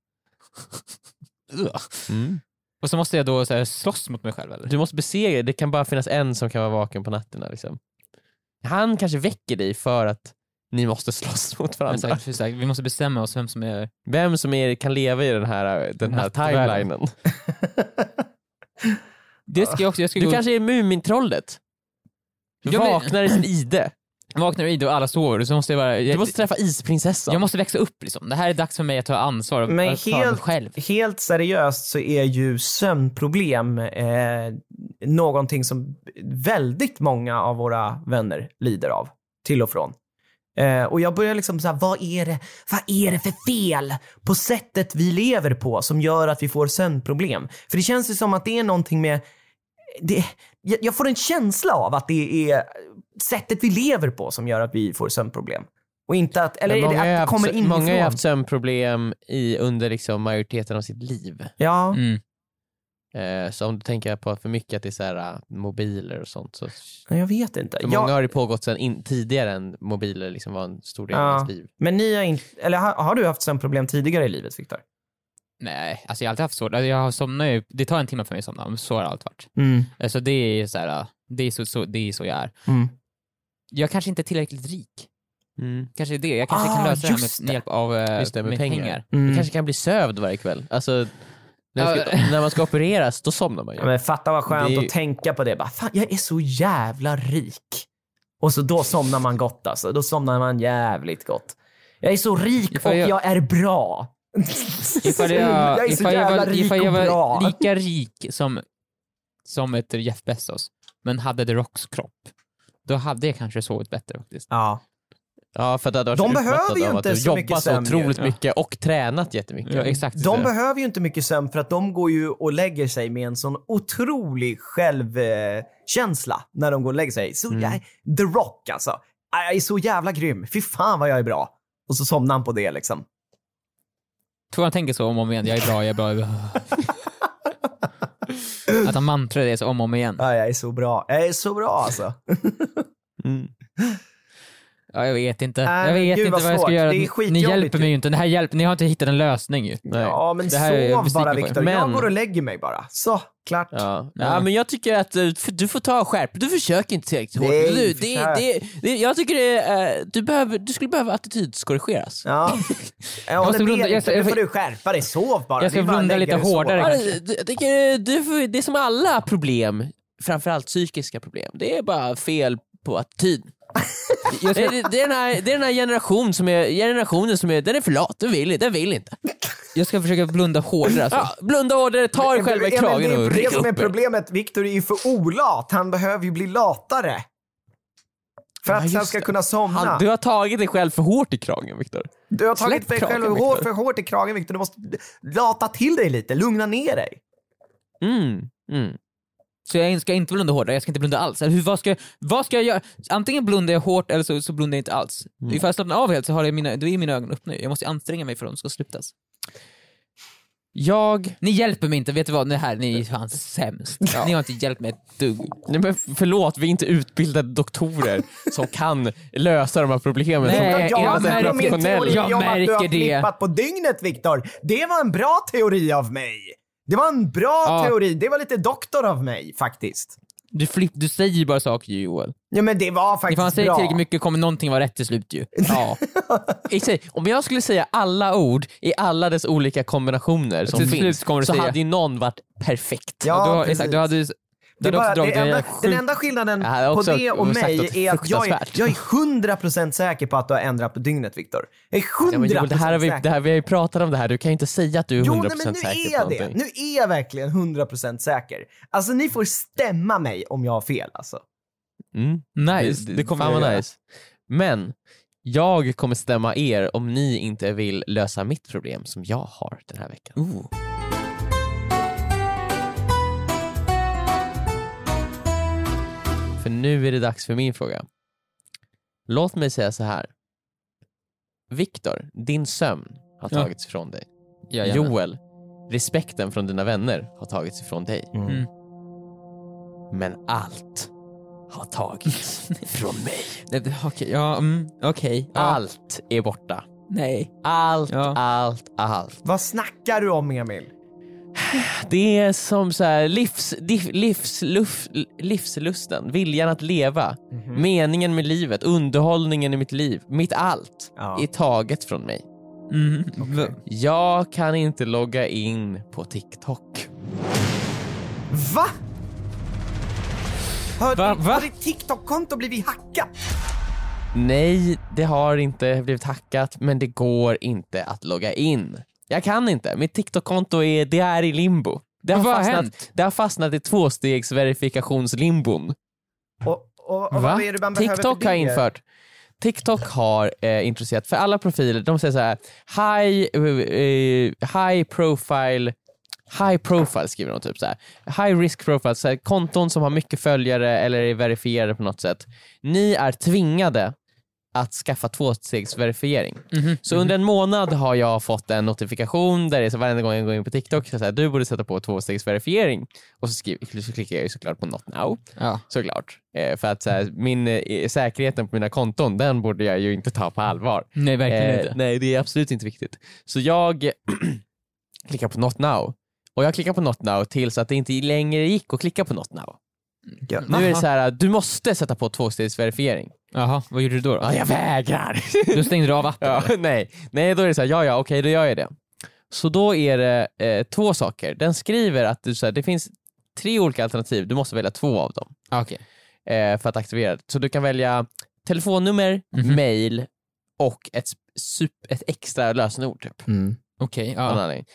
Speaker 4: Ugh.
Speaker 2: Mm.
Speaker 4: Och så måste jag då så här, slåss mot mig själv eller?
Speaker 2: Du måste besegra, det kan bara finnas en som kan vara vaken på nätterna. Liksom. Han kanske väcker dig för att ni måste slåss mot
Speaker 4: Men, så här,
Speaker 2: varandra.
Speaker 4: så här, vi måste bestämma oss vem som är...
Speaker 2: Vem som är, kan leva i den här, den här
Speaker 4: Nattvärlden.
Speaker 2: timelinen.
Speaker 4: Det ska jag också... Jag ska
Speaker 2: Du
Speaker 4: gå...
Speaker 2: kanske är Mumintrollet? Du
Speaker 4: Ja, men-
Speaker 2: vaknar i sin ide.
Speaker 4: vaknar i det och alla sover och så måste jag bara... Jag,
Speaker 2: Du måste träffa isprinsessan.
Speaker 4: jag måste växa upp liksom. Det här är dags för mig att ta ansvar och
Speaker 3: Men
Speaker 4: att klara mig
Speaker 3: helt-
Speaker 4: själv.
Speaker 3: Helt seriöst så är ju sömnproblem eh, någonting som väldigt många av våra vänner lider av, till och från. Eh, och jag börjar liksom så här, vad är, det, vad är det för fel på sättet vi lever på som gör att vi får sömnproblem? För det känns ju som att det är någonting med det, jag, jag får en känsla av att det är sättet vi lever på som gör att vi får sömnproblem. Och inte att, eller
Speaker 2: Men
Speaker 3: är det
Speaker 2: många,
Speaker 3: att
Speaker 2: har
Speaker 3: det
Speaker 2: haft,
Speaker 3: kommer inifrån.
Speaker 2: många har ju haft sömnproblem i, under liksom majoriteten av sitt liv.
Speaker 3: Ja,
Speaker 4: Mm.
Speaker 2: Eh, så om du tänker på för mycket att det är så här, eh, mobiler och sånt. Så, för
Speaker 3: jag vet inte. Jag,
Speaker 2: Många har det pågått sedan in, tidigare än mobiler liksom var en stor del av
Speaker 3: Ja.
Speaker 2: ens liv.
Speaker 3: Men ni har inte, eller har, har du haft sömnproblem tidigare i livet Viktor?
Speaker 4: Nej, alltså jag har alltid haft svårt. Alltså jag har somnat ju, det tar en timme för mig att somna, men så har det alltid varit.
Speaker 3: Mm.
Speaker 4: Alltså det är så här, det är så, så, det är så jag är.
Speaker 3: Mm.
Speaker 4: Jag kanske inte är tillräckligt rik. Kanske är det. Jag kanske
Speaker 3: Ah,
Speaker 4: kan lösa det här med,
Speaker 3: just
Speaker 4: med hjälp av eh,
Speaker 2: Just det, med
Speaker 4: med
Speaker 2: pengar.
Speaker 4: pengar.
Speaker 2: Du
Speaker 3: Mm.
Speaker 2: kanske kan bli sövd varje kväll. Alltså, när, man ska,
Speaker 4: Ja.
Speaker 2: när man ska opereras, då somnar man ju.
Speaker 3: Ja, men fatta vad skönt
Speaker 2: Det är ju-
Speaker 3: att tänka på det. Bara, fan, jag är så jävla rik. Och så då somnar man gott alltså. Då somnar man jävligt gott. Jag är så rik
Speaker 4: Ifall
Speaker 3: och
Speaker 4: jag-
Speaker 3: jag är bra.
Speaker 4: Ifall jag,
Speaker 3: jag är så
Speaker 4: ifall jag
Speaker 3: jävla
Speaker 4: var,
Speaker 3: rik
Speaker 4: ifall jag
Speaker 3: och bra.
Speaker 4: var lika rik som, som ett Jeff Bezos, men hade The Rocks kropp, då hade jag kanske sovit bättre faktiskt.
Speaker 3: Ja.
Speaker 2: Ja, för att det hade varit
Speaker 3: De
Speaker 2: så
Speaker 3: behöver
Speaker 2: utmattad
Speaker 3: ju
Speaker 2: av att
Speaker 3: inte
Speaker 2: du
Speaker 3: så mycket
Speaker 2: jobbat så
Speaker 3: sömn ju.
Speaker 2: otroligt
Speaker 4: Ja.
Speaker 2: mycket och tränat jättemycket.
Speaker 4: Ja, exakt.
Speaker 3: Mm. De
Speaker 4: så.
Speaker 3: behöver ju inte mycket sömn för att de går ju och lägger sig med en sån otrolig självkänsla när de går och lägger sig. Så
Speaker 2: Mm.
Speaker 3: jag, The Rock alltså. Ah, Jag är så jävla grym. Fy fan vad jag är bra. Och så somnar han på det liksom.
Speaker 4: Tror han tänker så om och om igen. Jag är bra, jag är bra. Jag är bra. Att han mantrar det så om och om igen.
Speaker 3: Ah, Jag är så bra. Jag är så bra alltså.
Speaker 2: Mm.
Speaker 4: Ja, jag vet inte.
Speaker 3: Nej,
Speaker 4: jag vet
Speaker 3: gud,
Speaker 4: inte
Speaker 3: vad
Speaker 4: vad jag ska
Speaker 3: svårt.
Speaker 4: göra.
Speaker 3: Det är
Speaker 4: Ni- Ni
Speaker 3: skitjobbigt
Speaker 4: hjälper mig ju inte. Det här hjälper, ni har inte hittat en lösning ju.
Speaker 2: Nej.
Speaker 3: Ja, men
Speaker 4: Det här är jag
Speaker 3: sov
Speaker 4: besviken
Speaker 3: bara
Speaker 4: på.
Speaker 3: Viktor. Jag
Speaker 2: Men-
Speaker 3: går och lägger mig bara. Så, klart.
Speaker 2: Ja.
Speaker 4: Ja.
Speaker 2: ja, men jag tycker att eh, f- du får ta och skärp Du försöker inte tillräckligt hårt.
Speaker 3: Nej,
Speaker 2: Du, det,
Speaker 3: försök.
Speaker 2: det, det, jag tycker det, är, eh, du, behöver, du skulle behöva attitydskorrigeras.
Speaker 3: Ja. Jag
Speaker 4: måste
Speaker 3: håller med
Speaker 4: runda-
Speaker 3: dig.
Speaker 4: jag ska-
Speaker 3: Nu
Speaker 4: jag
Speaker 3: får
Speaker 4: ska-
Speaker 3: du skärpa dig. Sov bara.
Speaker 4: Jag ska
Speaker 3: Det är bara att
Speaker 4: runda
Speaker 3: lägga
Speaker 4: lite
Speaker 3: dig och sova.
Speaker 4: hårdare.
Speaker 2: Ja,
Speaker 4: kanske.
Speaker 2: det- det- jag tycker du, får- det är som alla problem, framförallt psykiska problem, det är bara fel på attityd. Det, det, det, är den här, det är den här generationen som är, generationen som är, den är för lat, den vill, den vill inte.
Speaker 4: Jag ska försöka blunda hårdare alltså.
Speaker 2: Ja, blunda hårdare, ta dig själv i
Speaker 3: Ja, men det
Speaker 2: kragen
Speaker 3: är
Speaker 2: och
Speaker 3: det
Speaker 2: ryck
Speaker 3: som är
Speaker 2: upp er.
Speaker 3: problemet. Viktor är ju för olat. Han behöver ju bli latare. För
Speaker 2: Ja,
Speaker 3: att han
Speaker 2: just
Speaker 3: ska
Speaker 2: det.
Speaker 3: kunna somna.
Speaker 2: Han, du har tagit dig själv för hårt i kragen Viktor.
Speaker 3: du har tagit
Speaker 2: släpp
Speaker 3: dig själv
Speaker 2: kragen,
Speaker 3: hår,
Speaker 2: Viktor.
Speaker 3: för hårt i kragen Viktor. Du måste lata till dig lite. Lugna ner dig.
Speaker 2: Mm. Mm.
Speaker 4: Så jag ska inte blunda hårdare, jag ska inte blunda alls. Eller hur, vad, ska, vad ska jag göra? Antingen blundar jag hårt eller så, så blundar jag inte alls.
Speaker 2: Mm.
Speaker 4: Ifall jag slappnar av helt så har jag mina, då är mina ögon öppna ju. Jag måste anstränga mig för att de ska slutas.
Speaker 2: Jag,
Speaker 4: Ni hjälper mig inte, vet du vad? Ni här, ni är fan sämst. Ni har inte hjälpt mig ett dugg.
Speaker 2: nej men förlåt, vi är inte utbildade doktorer som kan lösa de här problemen.
Speaker 4: Nej,
Speaker 2: som,
Speaker 4: jag
Speaker 2: som en
Speaker 4: märker
Speaker 3: min
Speaker 2: professionell.
Speaker 3: teori
Speaker 4: Jag
Speaker 3: om att du har
Speaker 4: märker det.
Speaker 3: flippat på dygnet Viktor. Det var en bra teori av mig. Det var en bra
Speaker 4: Ja.
Speaker 3: teori. Det var lite doktor av mig faktiskt.
Speaker 4: Du, flipp, du säger ju bara saker ju Joel.
Speaker 3: Ja men det var faktiskt
Speaker 4: Ifall han säger
Speaker 3: bra.
Speaker 4: tillräckligt mycket kommer någonting vara rätt till slut ju.
Speaker 2: Ja. I sig, om jag skulle säga alla ord i alla dess olika kombinationer som
Speaker 4: Till slut
Speaker 2: finns
Speaker 4: kommer du
Speaker 2: så
Speaker 4: säga-
Speaker 2: hade ju någon varit perfekt.
Speaker 3: Ja,
Speaker 4: du har,
Speaker 3: precis.
Speaker 4: exakt, du hade, ju- du
Speaker 3: det är
Speaker 4: hade
Speaker 3: bara,
Speaker 4: också dragit
Speaker 3: det
Speaker 4: en
Speaker 3: enda,
Speaker 4: jävla sjuk...
Speaker 3: den enda skillnaden
Speaker 2: Det här är
Speaker 3: på
Speaker 2: också-
Speaker 3: det och
Speaker 2: jag har sagt
Speaker 3: mig
Speaker 2: något
Speaker 3: är att jag är,
Speaker 2: fruktansvärt.
Speaker 3: jag är 100% säker på att du har ändrat på dygnet Viktor. Jag är 100%
Speaker 2: Ja, men Joel, det här har vi,
Speaker 3: säker.
Speaker 2: det här, vi har ju pratat om det här, du kan ju inte säga att du är 100%
Speaker 3: Jo, nej, men nu
Speaker 2: säker
Speaker 3: är
Speaker 2: på
Speaker 3: jag det.
Speaker 2: någonting.
Speaker 3: Nu är jag verkligen 100% säker. Alltså ni får stämma mig om jag har fel alltså.
Speaker 2: Mm.
Speaker 4: Nice,
Speaker 2: Det,
Speaker 4: det,
Speaker 2: det
Speaker 4: kommer
Speaker 2: fan
Speaker 4: jag
Speaker 2: vad
Speaker 4: göra.
Speaker 2: nice. Men jag kommer stämma er om ni inte vill lösa mitt problem som jag har den här veckan.
Speaker 4: Ooh.
Speaker 2: För nu är det dags för min fråga. Låt mig säga så här. Viktor, din sömn har
Speaker 4: Ja.
Speaker 2: tagits ifrån dig.
Speaker 4: Jajamän.
Speaker 2: Joel, respekten från dina vänner har tagits ifrån dig.
Speaker 4: Mm.
Speaker 2: Men allt har tagits från mig.
Speaker 4: Nej, det- Okej, ja, mm, okej. Ja.
Speaker 2: Allt är borta.
Speaker 4: Nej.
Speaker 2: Allt,
Speaker 4: Ja.
Speaker 2: allt, allt.
Speaker 3: Vad snackar du om Emil?
Speaker 2: Det är som så här livs, div- livs, luf, livslusten, viljan att leva,
Speaker 3: Mhm.
Speaker 2: meningen med livet, underhållningen i mitt liv, mitt allt
Speaker 3: Ja.
Speaker 2: är taget från mig.
Speaker 4: Mm.
Speaker 3: Okej.
Speaker 2: Jag kan inte logga in på TikTok.
Speaker 3: Va? Har,
Speaker 4: Va-
Speaker 3: ditt-
Speaker 4: va?
Speaker 3: har ditt TikTok-konto blivit hackat?
Speaker 2: Nej, det har inte blivit hackat, men det går inte att logga in. Jag kan inte. Mitt TikTok-konto är, det är i limbo. Det har,
Speaker 4: Vad har
Speaker 2: fastnat,
Speaker 4: hänt?
Speaker 2: det har fastnat i tvåstegsverifikationslimbon.
Speaker 3: Och, och, och
Speaker 2: Va?
Speaker 3: vad är det man behöver för
Speaker 2: TikTok har jag
Speaker 3: det?
Speaker 2: infört. TikTok har eh, introducerat, för alla profiler, de säger så här high, eh, high profile High profile skriver de typ så här. High risk profile, så här, konton som har mycket följare eller är verifierade på något sätt. Ni är tvingade att skaffa tvåstegsverifiering. Så
Speaker 3: Mhm.
Speaker 2: under en månad har jag fått en notifikation där det är så varenda gång jag går in på TikTok så säger du borde sätta på tvåstegsverifiering. Och så, skriver, så klickar jag ju såklart på not now
Speaker 4: Ja.
Speaker 2: såklart. Eh, för att så här, min, eh, säkerheten på mina konton, den borde jag ju inte ta på allvar.
Speaker 4: Nej, verkligen
Speaker 2: Eh,
Speaker 4: inte.
Speaker 2: nej, det är absolut inte viktigt. Så jag klickar på not now. Och jag klickar på not now tills att det inte längre gick att klicka på not now.
Speaker 3: Ja.
Speaker 2: Nu är det så här, du måste sätta på tvåstegsverifiering.
Speaker 4: Jaha, vad gjorde du då? då?
Speaker 2: Ja, jag vägrar.
Speaker 4: Du stängde av appen?
Speaker 2: ja,
Speaker 4: eller?
Speaker 2: nej. nej, då är det så här, ja ja okej då gör jag det. Så då är det eh, två saker. Den skriver att du, så här, det finns tre olika alternativ, du måste välja två av dem
Speaker 4: Ah, Okej.
Speaker 2: eh, för att aktivera det. Så du kan välja telefonnummer,
Speaker 4: Mhm.
Speaker 2: mail och ett, sp- sup- ett extra lösenord. Typ,
Speaker 1: Mm.
Speaker 4: Okej,
Speaker 2: av någon
Speaker 4: ja.
Speaker 2: anledning.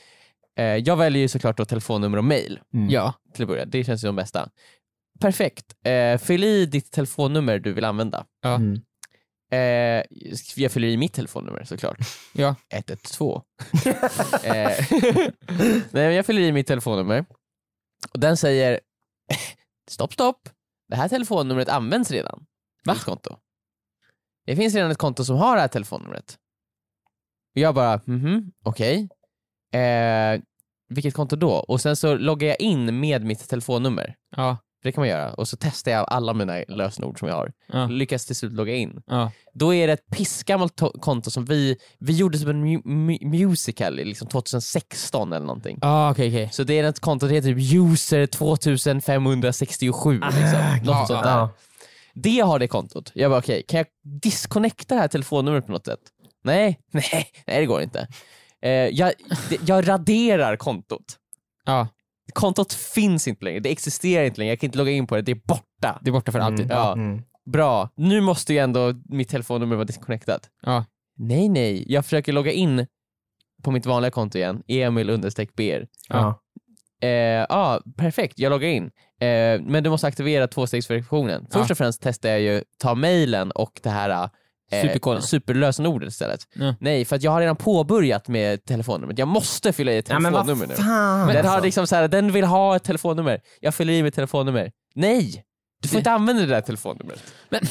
Speaker 2: eh, jag väljer ju såklart då telefonnummer och mail
Speaker 4: Ja.
Speaker 2: till att börja. Det känns ju de bästa. Perfekt. Eh, fyll i ditt telefonnummer du vill använda.
Speaker 4: Ja.
Speaker 1: Mm.
Speaker 2: Eh, jag fyller i mitt telefonnummer såklart.
Speaker 4: Ja.
Speaker 2: 112. eh, nej, men jag fyller i mitt telefonnummer och den säger stopp, stopp. Det här telefonnumret används redan. Va? Ditt konto. Det finns redan ett konto som har det här telefonnumret. Och jag bara, mhm, okej. Eh, vilket konto då? Och sen så loggar jag in med mitt telefonnummer.
Speaker 4: Ja.
Speaker 2: För det kan man göra. Och så testar jag alla mina lösenord som jag har.
Speaker 4: Ja.
Speaker 2: Lyckas till slut logga in.
Speaker 4: Ja.
Speaker 2: Då är det ett pissgammalt to- konto som vi, vi gjorde som en mu- mu- musical i liksom 2016 eller någonting.
Speaker 4: Ah, Okej, okej.
Speaker 2: Så det är ett konto, det heter typ user 2567
Speaker 4: Ah,
Speaker 2: liksom.
Speaker 4: ja,
Speaker 2: Något sånt där.
Speaker 3: Ja.
Speaker 2: Det har det kontot. Jag bara okej, kan jag disconnecta det här telefonnumret på något sätt? Nej, nej, nej det går inte. Eh, jag, det- jag raderar kontot.
Speaker 4: Ja,
Speaker 2: Kontot finns inte längre, det existerar inte längre, jag kan inte logga in på det, det är borta.
Speaker 4: det är borta för alltid.
Speaker 2: Ja.
Speaker 3: Mm.
Speaker 2: Bra, nu måste ju ändå mitt telefonnummer vara disconnectat.
Speaker 4: Ja.
Speaker 2: Nej, nej, jag försöker logga in på mitt vanliga konto igen, emil-br.
Speaker 3: Ja.
Speaker 2: Eh, ja, perfekt, jag loggar in. Eh, men du måste aktivera tvåstegsverifikationen. Först
Speaker 4: Ja.
Speaker 2: och främst testar jag ju ta mejlen och det här eh,
Speaker 4: Superkoden.
Speaker 2: superlösenordet istället.
Speaker 4: Ja.
Speaker 2: Nej, för att jag har redan påbörjat med telefonnumret. Jag måste fylla i ett
Speaker 3: Ja, men vad
Speaker 2: telefonnummer nu.
Speaker 3: fan.
Speaker 2: Den, har
Speaker 3: alltså.
Speaker 2: liksom så här, den vill ha ett telefonnummer. Jag fyller i mitt telefonnummer. Nej! Du får
Speaker 4: Det-
Speaker 2: inte använda det där telefonnumret.
Speaker 4: Men-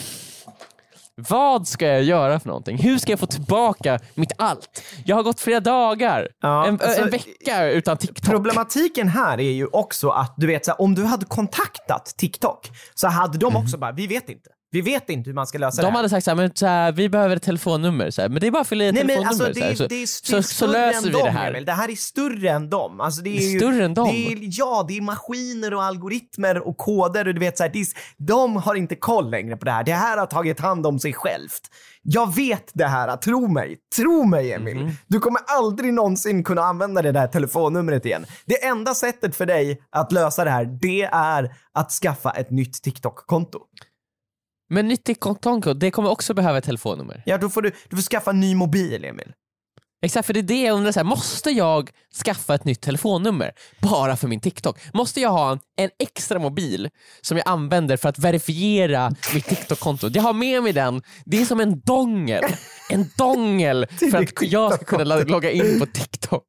Speaker 2: Vad ska jag göra för någonting? Hur ska jag få tillbaka mitt allt? Jag har gått flera dagar,
Speaker 3: Ja,
Speaker 2: en,
Speaker 3: alltså,
Speaker 2: en vecka utan TikTok.
Speaker 3: Problematiken här är ju också att du vet, så här, om du hade kontaktat TikTok så hade de också bara, vi vet inte. Vi vet inte hur man ska lösa det
Speaker 2: Mm. De
Speaker 3: här.
Speaker 2: hade sagt såhär, men såhär, vi behöver ett telefonnummer, såhär. men det är bara att fylla i ett
Speaker 3: Nej men
Speaker 2: telefonnummer.
Speaker 3: alltså det,
Speaker 2: såhär.
Speaker 3: är-
Speaker 2: så,
Speaker 3: det är,
Speaker 2: så,
Speaker 3: det är
Speaker 2: så
Speaker 3: större
Speaker 2: löser
Speaker 3: än
Speaker 2: vi det
Speaker 3: dem,
Speaker 2: här.
Speaker 3: Emil. Det här är större än dem. Alltså, det är
Speaker 2: Det är
Speaker 3: ju,
Speaker 2: större än dem.
Speaker 3: Det är, ja, det är maskiner och algoritmer och koder och du vet så här, det är, de har inte koll längre på det här. Det här har tagit hand om sig självt. Jag vet det här, tro mig. Tro mig Emil.
Speaker 2: Mhm.
Speaker 3: Du kommer aldrig någonsin kunna använda det där telefonnumret igen. Det enda sättet för dig att lösa det här, det är att skaffa ett nytt TikTok-konto.
Speaker 2: Men nytt i Kontonko, det kommer också behöva ett telefonnummer.
Speaker 3: Ja, då får du, du får skaffa en ny mobil Emil.
Speaker 2: Exakt, för det är det jag undrar, såhär, måste jag skaffa ett nytt telefonnummer bara för min TikTok? Måste jag ha en, en extra mobil som jag använder för att verifiera mitt TikTok-konto? Jag har med mig den, det är som en dongel. En dongel för
Speaker 3: ditt
Speaker 2: att jag ska kunna lo- logga in på TikTok.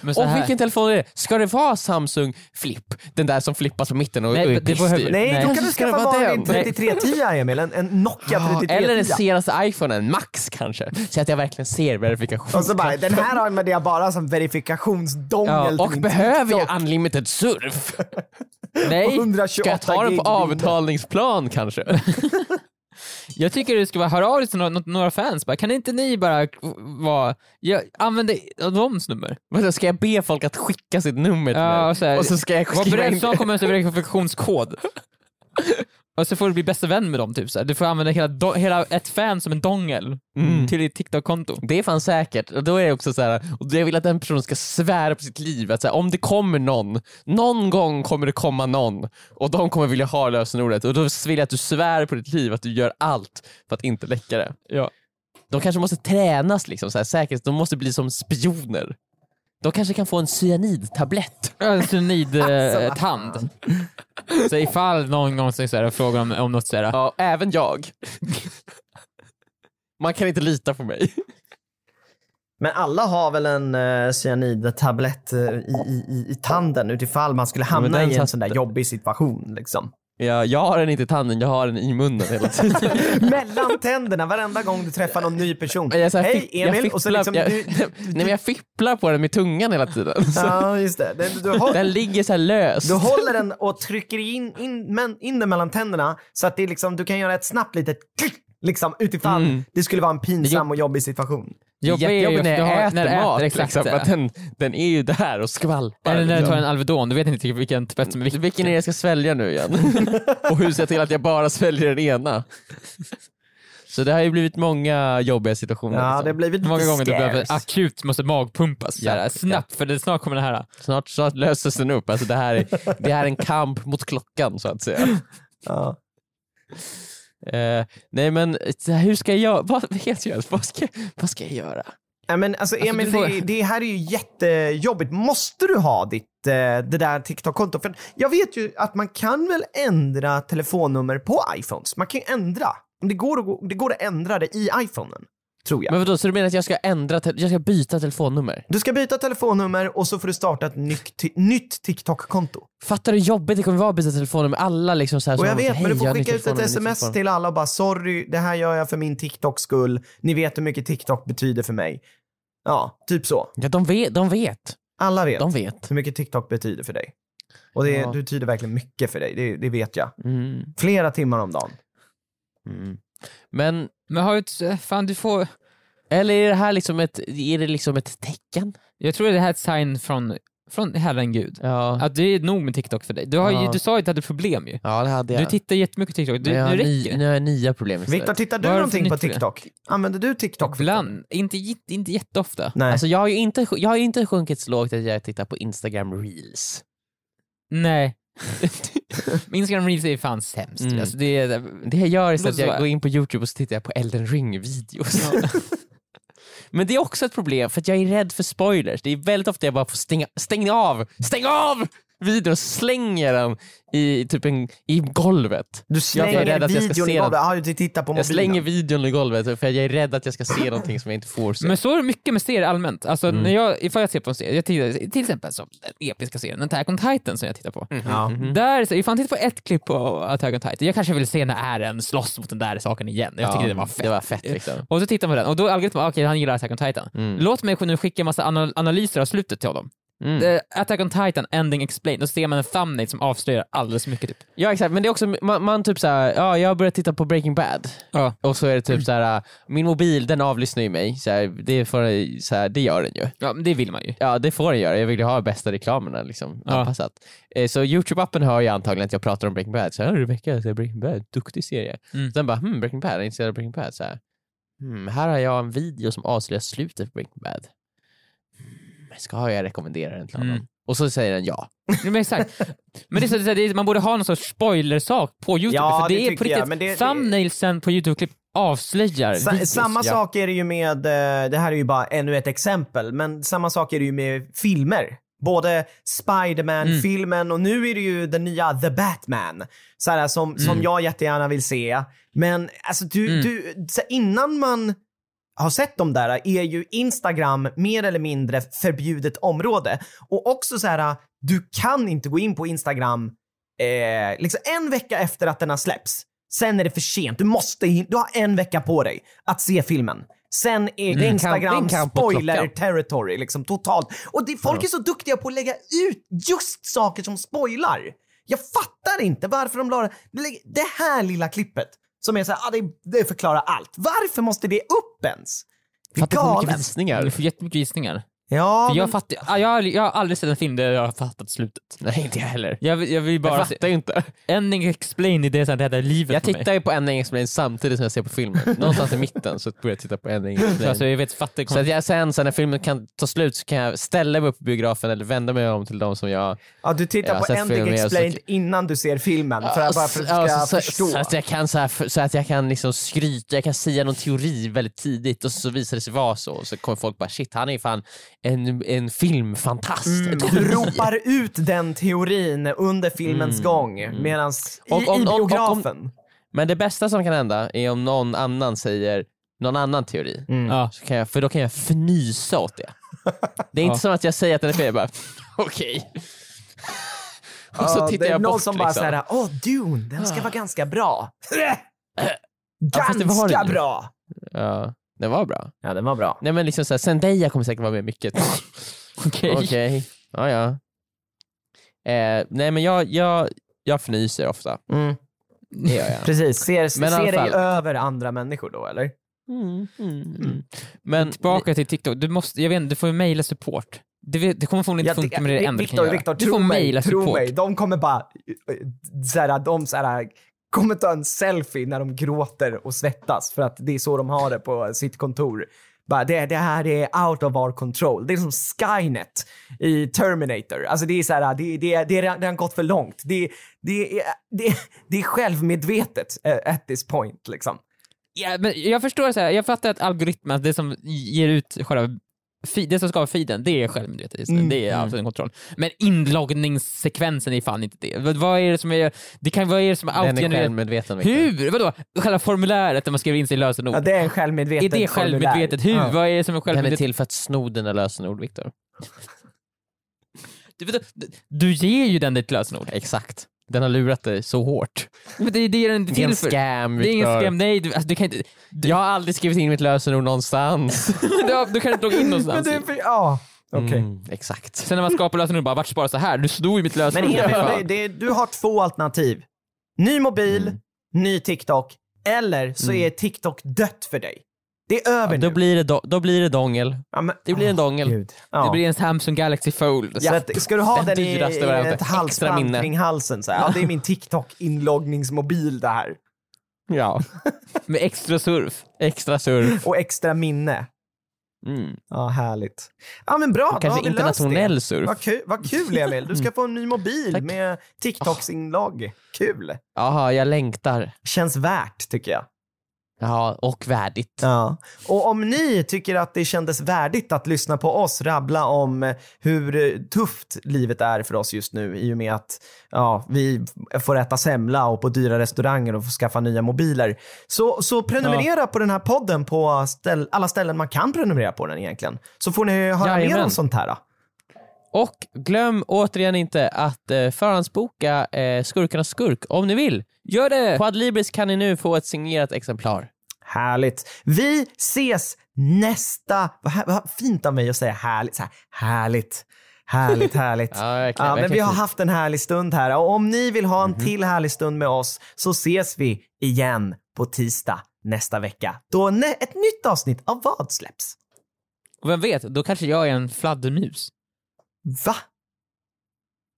Speaker 4: Men så
Speaker 2: Och
Speaker 4: här-
Speaker 2: vilken telefon är det? Ska det vara Samsung Flip? Den där som flippas på mitten och,
Speaker 4: Nej,
Speaker 2: och är
Speaker 4: det behöver-
Speaker 2: pissdyr?
Speaker 3: Nej, då
Speaker 4: Nej.
Speaker 3: kan du
Speaker 2: Ska det
Speaker 3: skaffa
Speaker 2: vara
Speaker 3: bara
Speaker 2: den?
Speaker 3: en 3310 Emil. En, en Nokia 3310.
Speaker 2: Eller den senaste iPhonen, max kanske. Så att jag verkligen ser verifikation.
Speaker 3: Och så bara, den här använder jag bara som verifikationsdongel
Speaker 2: ja,
Speaker 3: till
Speaker 2: och
Speaker 3: min
Speaker 2: behöver
Speaker 3: TikTok.
Speaker 2: jag unlimited surf? Nej, ska jag
Speaker 3: 128
Speaker 2: ta den på
Speaker 3: gig
Speaker 2: avbetalningsplan kanske?
Speaker 4: Jag tycker du ska bara höra av dig till några, några fans bara, kan inte ni bara vara, jag använder deras nummer.
Speaker 2: Vadå, ska jag be folk att skicka sitt nummer till
Speaker 4: Ja,
Speaker 2: mig?
Speaker 4: och så här-
Speaker 2: och så ska jag
Speaker 4: Var
Speaker 2: skriva
Speaker 4: beredd,
Speaker 2: in
Speaker 4: snart kommer jag över en konfektionskod. Och så får du bli bästa vän med dem typ så här. Du får använda hela, do- hela ett fan som en dongel till ditt TikTok-konto.
Speaker 2: Det är fan säkert. Och då är det också så här, och jag vill att den personen ska svära på sitt liv att så här, om det kommer någon, någon gång kommer det komma någon och de kommer vilja ha lösenordet och då vill jag att du svär på ditt liv att du gör allt för att inte läcka det.
Speaker 4: Ja.
Speaker 2: De kanske måste tränas, liksom, så här, säkert. de måste bli som spioner. De kanske kan få en cyanidtablett.
Speaker 4: En
Speaker 2: eh,
Speaker 3: Alltså, vad
Speaker 4: cyanid-tand. så ifall någon någonsin så här, frågar om, om något sådär.
Speaker 2: Ja, även jag. Man kan inte lita på mig.
Speaker 3: Men alla har väl en uh, cyanidtablett eh, i, i, i, i tanden utifall man skulle hamna
Speaker 2: den
Speaker 3: i en
Speaker 2: satt-
Speaker 3: sån där jobbig situation. Liksom.
Speaker 2: Jag, jag har den inte i tanden, jag har den i munnen hela tiden.
Speaker 3: Mellan tänderna varenda gång du träffar någon ny person.
Speaker 2: Jag så här
Speaker 3: Hej
Speaker 2: fipp- jag
Speaker 3: Emil! Och så
Speaker 2: fipplar-
Speaker 3: liksom,
Speaker 2: jag,
Speaker 3: du,
Speaker 2: nej, men jag fipplar på den med tungan hela tiden. Så
Speaker 3: ja, just det. Du, du, håll,
Speaker 2: Den ligger så här löst.
Speaker 3: du håller den och trycker in, in, men, in den mellan tänderna så att det är liksom, du kan göra ett snabbt litet klick, liksom, utifall
Speaker 2: Mm.
Speaker 3: det skulle vara en pinsam och jobbig situation.
Speaker 2: Jobbiga är ju
Speaker 4: Jättejobbigt
Speaker 2: när
Speaker 4: när du
Speaker 2: jag
Speaker 4: har-
Speaker 2: äter
Speaker 4: när du äter,
Speaker 2: mat,
Speaker 4: exakt.
Speaker 2: liksom, för att den, den är ju där och skvalpar.
Speaker 4: Eller när du
Speaker 2: liksom.
Speaker 4: tar en Alvedon, du vet inte riktigt vilken tablett som är vilken.
Speaker 2: Vilken är det jag ska svälja nu igen? och hur ser jag till att jag bara sväljer den ena? Så det har ju blivit många jobbiga situationer.
Speaker 3: Ja,
Speaker 2: liksom.
Speaker 3: det har blivit lite
Speaker 4: Många gånger du behöver
Speaker 3: scares.
Speaker 4: akut måste magpumpas så här,
Speaker 2: Ja,
Speaker 4: snabbt för det snart kommer det här.
Speaker 2: snart, snart löses den upp. Alltså, det, här är, det här är en kamp mot klockan så att säga.
Speaker 3: Ja.
Speaker 2: Eh, nej men så här, hur ska jag, vad, helt seriöst, vad ska, vad ska jag göra?
Speaker 3: Nej, men alltså, Emil,
Speaker 4: du får-
Speaker 3: det, det här är ju jättejobbigt. Måste du ha ditt, eh, det där TikTok-kontot? För jag vet ju att man kan väl ändra telefonnummer på iPhones? Man kan ju ändra. Om Det går, att gå- det går att ändra det i iPhonen, tror jag.
Speaker 2: Men vadå, så du menar att jag ska ändra, te- jag ska byta telefonnummer?
Speaker 3: Du ska byta telefonnummer och så får du starta ett nytt, ti- nytt TikTok-konto.
Speaker 2: Fattar du hur jobbigt det kommer vara att byta telefonnummer? Alla liksom så här som
Speaker 3: Och jag
Speaker 2: har varit
Speaker 3: vet,
Speaker 2: så,
Speaker 3: men du
Speaker 2: "Hej, jag
Speaker 3: får
Speaker 2: har
Speaker 3: skicka
Speaker 2: nytt
Speaker 3: ut ett
Speaker 2: telefonnummer, nytt
Speaker 3: sms
Speaker 2: telefonnummer."
Speaker 3: till alla och bara sorry, det här gör jag för min TikToks skull. Ni vet hur mycket TikTok betyder för mig. Ja, typ så.
Speaker 2: Ja, de vet, de vet.
Speaker 3: Alla vet.
Speaker 2: De vet.
Speaker 3: hur mycket TikTok betyder för dig. Och det,
Speaker 2: Ja.
Speaker 3: det betyder verkligen mycket för dig, det, det vet jag.
Speaker 2: Mm.
Speaker 3: Flera timmar om dagen.
Speaker 2: Mm. Men,
Speaker 4: Men har du ett, eh, fan du får,
Speaker 2: eller är det här liksom ett, är det liksom ett tecken?
Speaker 4: jag tror det här är ett sign från, från Herren Gud.
Speaker 2: Ja,
Speaker 4: Att det är nog med TikTok för dig. Du, har ju,
Speaker 2: Ja.
Speaker 4: du sa ju att du hade problem ju.
Speaker 2: ja det hade jag.
Speaker 4: Du tittar jättemycket TikTok, du,
Speaker 2: Men jag
Speaker 4: nu
Speaker 2: har
Speaker 4: räcker
Speaker 2: ny,
Speaker 4: det.
Speaker 2: nu har jag nya problem istället.
Speaker 3: Viktor, tittar du
Speaker 4: Vad är det för
Speaker 3: någonting på
Speaker 4: nytt för det?
Speaker 3: TikTok? Använder du TikTok? Viktor?
Speaker 4: Ibland, inte, jätte- inte jätteofta.
Speaker 3: Nej.
Speaker 2: Alltså jag har ju inte, jag har ju inte sjunkit så lågt att jag tittar på Instagram reels.
Speaker 4: Nej. Men Instagram Reels är fan sämst.
Speaker 2: Mm.
Speaker 4: Alltså, det är,
Speaker 2: Det jag gör är
Speaker 4: Låter
Speaker 2: att jag
Speaker 4: så här.
Speaker 2: går in på Youtube och så tittar jag på Elden ring-videos. Men det är också ett problem för att jag är rädd för spoilers. Det är väldigt ofta jag bara får stänga, stäng av, stäng av videon och slänger den i, typ en, i golvet.
Speaker 3: du
Speaker 2: jag är
Speaker 3: slänger
Speaker 2: rädd att jag ska
Speaker 3: videon i
Speaker 2: se
Speaker 3: golvet. Ja, du tittar på
Speaker 2: Jag slänger
Speaker 3: mobilen.
Speaker 2: videon i golvet för att jag är rädd att jag ska se någonting som jag inte får se.
Speaker 4: Men så är det mycket med serier allmänt. Alltså,
Speaker 2: Mm.
Speaker 4: när jag, ifall jag ser på en serie, jag tittar, till exempel som den episka serien Attack on Titan som jag tittar
Speaker 2: Mm.
Speaker 4: på.
Speaker 3: Ja.
Speaker 4: Där, så- ifall jag tittar på ett klipp på Attack on Titan, jag kanske vill se när Eren slåss mot den där saken igen. Jag tycker det var fett.
Speaker 2: Det var fett liksom.
Speaker 4: Och så tittar man på den och då är algoritmen, ah, okej han gillar Attack on Titan.
Speaker 3: Mm.
Speaker 4: Låt mig nu skicka en massa anal- analyser av slutet till honom.
Speaker 3: Mm.
Speaker 4: The Attack on Titan ending explained, då ser man en thumbnail som avslöjar alldeles mycket. Typ.
Speaker 2: Ja exakt, men det är också, man, man typ såhär, ja jag har börjat titta på Breaking Bad.
Speaker 4: Ja.
Speaker 2: Och så är det typ
Speaker 4: Mm.
Speaker 2: såhär, min mobil den avlyssnar ju mig. Såhär, det, får, såhär, det gör den ju.
Speaker 4: Ja, men det vill man ju.
Speaker 2: Ja det får den göra, jag vill ju ha bästa reklamerna liksom,
Speaker 4: Ja.
Speaker 2: anpassat. Eh, så Youtube-appen hör ju antagligen att jag pratar om Breaking Bad, såhär Rebecca, jag ser Breaking Bad, duktig serie.
Speaker 4: Mm.
Speaker 2: Sen bara, hmm Breaking Bad, jag är intresserad av Breaking Bad. Såhär, hmm, här har jag en video som avslöjar slutet på Breaking Bad. Hmm, ska jag rekommendera den till honom?
Speaker 4: Mm.
Speaker 2: Och så säger den ja.
Speaker 4: Ja, men exakt. Men det är så, det är- det är, man borde ha någon sorts spoilersak på Youtube.
Speaker 3: Ja,
Speaker 4: för det,
Speaker 3: det
Speaker 4: är på
Speaker 3: tycker
Speaker 4: riktigt,
Speaker 3: jag, men det- det-
Speaker 4: thumbnailsen på Youtube-klipp avslöjar
Speaker 3: Sa-
Speaker 4: videos.
Speaker 3: samma
Speaker 2: ja.
Speaker 3: sak är det ju med, eh, det här är ju bara ännu ett exempel, men samma sak är det ju med filmer. Både Spiderman-filmen och nu är det ju den nya The Batman. Så här, som, som jag jättegärna vill se. Men alltså du,
Speaker 4: Mm.
Speaker 3: du, så här, innan man har sett de där är ju Instagram mer eller mindre förbjudet område. Och också så här, du kan inte gå in på Instagram eh, liksom en vecka efter att den har släppts. Sen är det för sent. Du, måste in, du har en vecka på dig att se filmen. Sen är
Speaker 2: det är en Mm, kamp- det är
Speaker 3: Instagram
Speaker 2: en kamp på
Speaker 3: spoiler
Speaker 2: klockan.
Speaker 3: territory liksom totalt. Och det, folk är så duktiga på att lägga ut just saker som spoilar. Jag fattar inte varför de la det. Det här lilla klippet som är så här, ah, det, det förklarar allt. Varför måste det upp ens? Det är
Speaker 2: Fattar du hur mycket
Speaker 3: galet.
Speaker 4: Du
Speaker 2: visningar?
Speaker 4: får jättemycket visningar.
Speaker 3: Ja,
Speaker 4: För
Speaker 3: men-
Speaker 4: jag, fattar, ja, jag, har- jag har aldrig sett en film där jag har fattat slutet.
Speaker 2: Nej inte jag heller.
Speaker 4: Jag, vill- jag vill bara...
Speaker 2: Jag fattar ju inte.
Speaker 4: Ending explain i det, så här, det här är livet
Speaker 2: Jag
Speaker 4: för mig.
Speaker 2: tittar ju på Ending Explained samtidigt som jag ser på filmen. Någonstans i mitten så börjar jag titta på Ending
Speaker 4: Så Alltså,
Speaker 2: Explained.
Speaker 4: jag vet, fattar,
Speaker 2: Så att jag sen, sen när filmen kan ta slut så kan jag ställa mig upp i biografen eller vända mig om till de som jag...
Speaker 3: ja, du
Speaker 2: jag
Speaker 3: tittar
Speaker 2: har
Speaker 3: på
Speaker 2: sett
Speaker 3: Ending
Speaker 2: filmen, jag har
Speaker 3: Explained
Speaker 2: sett-
Speaker 3: innan du ser filmen för att, bara för att du ska
Speaker 2: Ja, alltså, så,
Speaker 3: förstå.
Speaker 2: så, så att jag kan, så här, för- så att jag kan liksom skryta, jag kan säga någon teori väldigt tidigt och så visar det sig vara så. Och så kommer folk bara shit, han är fan en, en filmfantast. Ett
Speaker 3: Du
Speaker 2: geni.
Speaker 3: ropar ut den teorin under filmens gång medan i,
Speaker 2: Och om-
Speaker 3: i
Speaker 2: om- och om-
Speaker 3: biografen.
Speaker 2: Men det bästa som kan hända är om någon annan säger någon annan teori.
Speaker 3: Mm.
Speaker 4: Ja.
Speaker 2: Så kan jag, för då kan jag fnysa åt det. Det är inte
Speaker 4: Ja.
Speaker 2: som att jag säger att den är fel, jag bara okej. Och så
Speaker 3: Ja,
Speaker 2: tittar
Speaker 3: det är
Speaker 2: jag
Speaker 3: någon
Speaker 2: bort
Speaker 3: som bara
Speaker 2: liksom.
Speaker 3: såhär, åh Dune, den ska vara ganska bra.
Speaker 2: fast det var
Speaker 3: ganska
Speaker 2: den ju.
Speaker 3: bra!
Speaker 2: Ja, det var bra.
Speaker 3: Ja, den var bra.
Speaker 2: Nej men liksom såhär, Zendaya kommer säkert vara med mycket.
Speaker 4: Okej.
Speaker 2: Okej, ja ja. Eh, nej men jag, jag, jag fnyser ofta.
Speaker 3: Mm.
Speaker 2: Det gör jag.
Speaker 3: Precis, ser,
Speaker 2: Men i alla
Speaker 3: ser dig
Speaker 2: fall.
Speaker 3: över andra människor då eller?
Speaker 2: Mm. Men
Speaker 4: Tillbaka till TikTok. Du, måste, jag vet, inte, du får ju mejla support. Det, vet- det kommer förmodligen inte funka, men det är det enda du kan
Speaker 3: Viktor,
Speaker 4: göra.
Speaker 3: Viktor,
Speaker 4: du får
Speaker 3: tro mig,
Speaker 4: mejla
Speaker 3: tro
Speaker 4: support.
Speaker 3: mig. De kommer bara, såhär, de såhär, kommer ta en selfie när de gråter och svettas för att det är så de har det på sitt kontor. Bara, det, det här är out of our control. Det är som Skynet i Terminator. Alltså det är så här, det, det, det, det har gått för långt. Det, det, är- det, det är självmedvetet eh, at this point liksom.
Speaker 4: Ja, men jag förstår så här, jag fattar att algoritmen, det som ger ut själva feed, det som skapar feeden, det är självmedvetet. just nu.
Speaker 3: Mm.
Speaker 4: Det är absolut kontroll. Men inloggningssekvensen är fan inte det. Vad- Vad är det som är, det kan vara det som är
Speaker 2: den är
Speaker 4: outgenererat?
Speaker 2: självmedveten. Viktor.
Speaker 4: Hur? Vadå? Själva formuläret där man skriver in sig i lösenord?
Speaker 3: Ja, det är en
Speaker 4: är
Speaker 3: självmedveten
Speaker 4: det
Speaker 3: formulär.
Speaker 4: självmedvetet? Hur?
Speaker 3: Ja.
Speaker 4: Vad är det som är
Speaker 2: Den är
Speaker 4: självmedvetet?
Speaker 2: till för att sno dina lösenord Viktor.
Speaker 4: Du, vet du- du ger ju den ditt lösenord.
Speaker 2: Exakt. Den har lurat dig så hårt.
Speaker 4: Men det, det är den
Speaker 2: Det är en
Speaker 4: till för.
Speaker 2: scam
Speaker 4: Det är ingen
Speaker 2: Viktor.
Speaker 4: scam, nej. Du, alltså, du kan inte,
Speaker 2: Jag har aldrig skrivit in mitt lösenord någonstans.
Speaker 4: du, har- du kan inte logga in
Speaker 3: Men
Speaker 4: någonstans.
Speaker 3: det är för, ja, okej.
Speaker 2: Mm, exakt.
Speaker 4: Sen när man skapar lösenord bara, vart sparas det här? Du snor ju mitt lösenord.
Speaker 3: Men Emil,
Speaker 4: Fan.
Speaker 3: det, det, du har två alternativ. Ny mobil,
Speaker 2: Mm.
Speaker 3: ny TikTok, eller så
Speaker 2: Mm.
Speaker 3: är TikTok dött för dig. Det är över
Speaker 2: Då
Speaker 3: nu.
Speaker 2: blir, det do- då blir det dongel.
Speaker 3: ja, men,
Speaker 2: Det blir en dongel.
Speaker 3: Gud. Ja.
Speaker 4: Det blir en Samsung Galaxy Fold.
Speaker 3: så att, ska du ha
Speaker 2: Den
Speaker 3: den, i,
Speaker 2: dyraste
Speaker 3: i
Speaker 2: varianten.
Speaker 3: ett
Speaker 2: Extra
Speaker 3: halsband
Speaker 2: minne.
Speaker 3: kring halsen? Så här. Ja, det är min TikTok-inloggningsmobil det här.
Speaker 2: Ja.
Speaker 4: Med extra surf.
Speaker 2: Extra surf.
Speaker 3: Och extra minne.
Speaker 2: Mm.
Speaker 3: Ja, härligt. Ja, men bra. då har
Speaker 2: Kanske
Speaker 3: vi löst
Speaker 2: internationell
Speaker 3: det.
Speaker 2: surf.
Speaker 3: Vad kul, vad kul Emil. Du ska få en ny mobil
Speaker 2: Tack.
Speaker 3: med TikToks-inlogg. Kul.
Speaker 2: Jaha, jag längtar.
Speaker 3: Känns värt tycker jag.
Speaker 2: Ja, och värdigt.
Speaker 3: Ja. Och om ni tycker att det kändes värdigt att lyssna på oss rabbla om eh, hur eh, tufft livet är för oss just nu i och med att ja, vi f- får äta semla och på dyra restauranger och får skaffa nya mobiler. Så, så prenumerera på den här podden på ställ, alla ställen man kan prenumerera på den egentligen. Så får ni höra mer om
Speaker 2: Jajamän.
Speaker 3: sånt här. Då.
Speaker 2: Och glöm återigen inte att eh, förhandsboka eh, Skurkarnas skurk om ni vill.
Speaker 4: Gör det!
Speaker 2: Quadlibris kan ni nu få ett signerat exemplar.
Speaker 3: Härligt. Vi ses nästa... Vad, här, vad fint av mig att säga härligt. Så här, härligt. Härligt, härligt.
Speaker 2: Ja, verkligen,
Speaker 3: Ja, men vi
Speaker 2: verkligen
Speaker 3: har
Speaker 2: fint.
Speaker 3: haft en härlig stund här och om ni vill ha en till härlig stund med oss så ses vi igen på tisdag nästa vecka då nä- ett nytt avsnitt av vad släpps.
Speaker 4: Och vem vet, då kanske jag är en fladdermus.
Speaker 3: Va?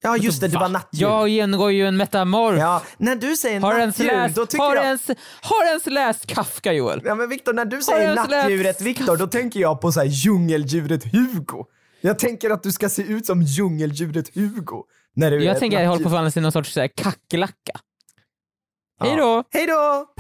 Speaker 3: Ja just det, det
Speaker 4: Alltså, Va?
Speaker 3: var nattljud.
Speaker 4: Jag genomgår ju en metamorf.
Speaker 3: Ja, när du säger
Speaker 4: Har ens
Speaker 3: nattljud
Speaker 4: läst,
Speaker 3: då tycker
Speaker 4: har
Speaker 3: jag...
Speaker 4: ens, har ens läst Kafka Joel?
Speaker 3: Ja men Viktor, när du
Speaker 4: Har
Speaker 3: säger
Speaker 4: jag ens läst-
Speaker 3: nattdjuret Viktor då tänker jag på så här djungeldjuret Hugo. Jag tänker att du ska se ut som djungeldjuret Hugo. När du är
Speaker 4: Jag
Speaker 3: ett typ.
Speaker 4: tänker att jag håller på att
Speaker 3: nattdjur.
Speaker 4: förvandlas till någon sorts så här kackerlacka.
Speaker 3: Ja.
Speaker 4: eh, Hej då!
Speaker 3: Hej då!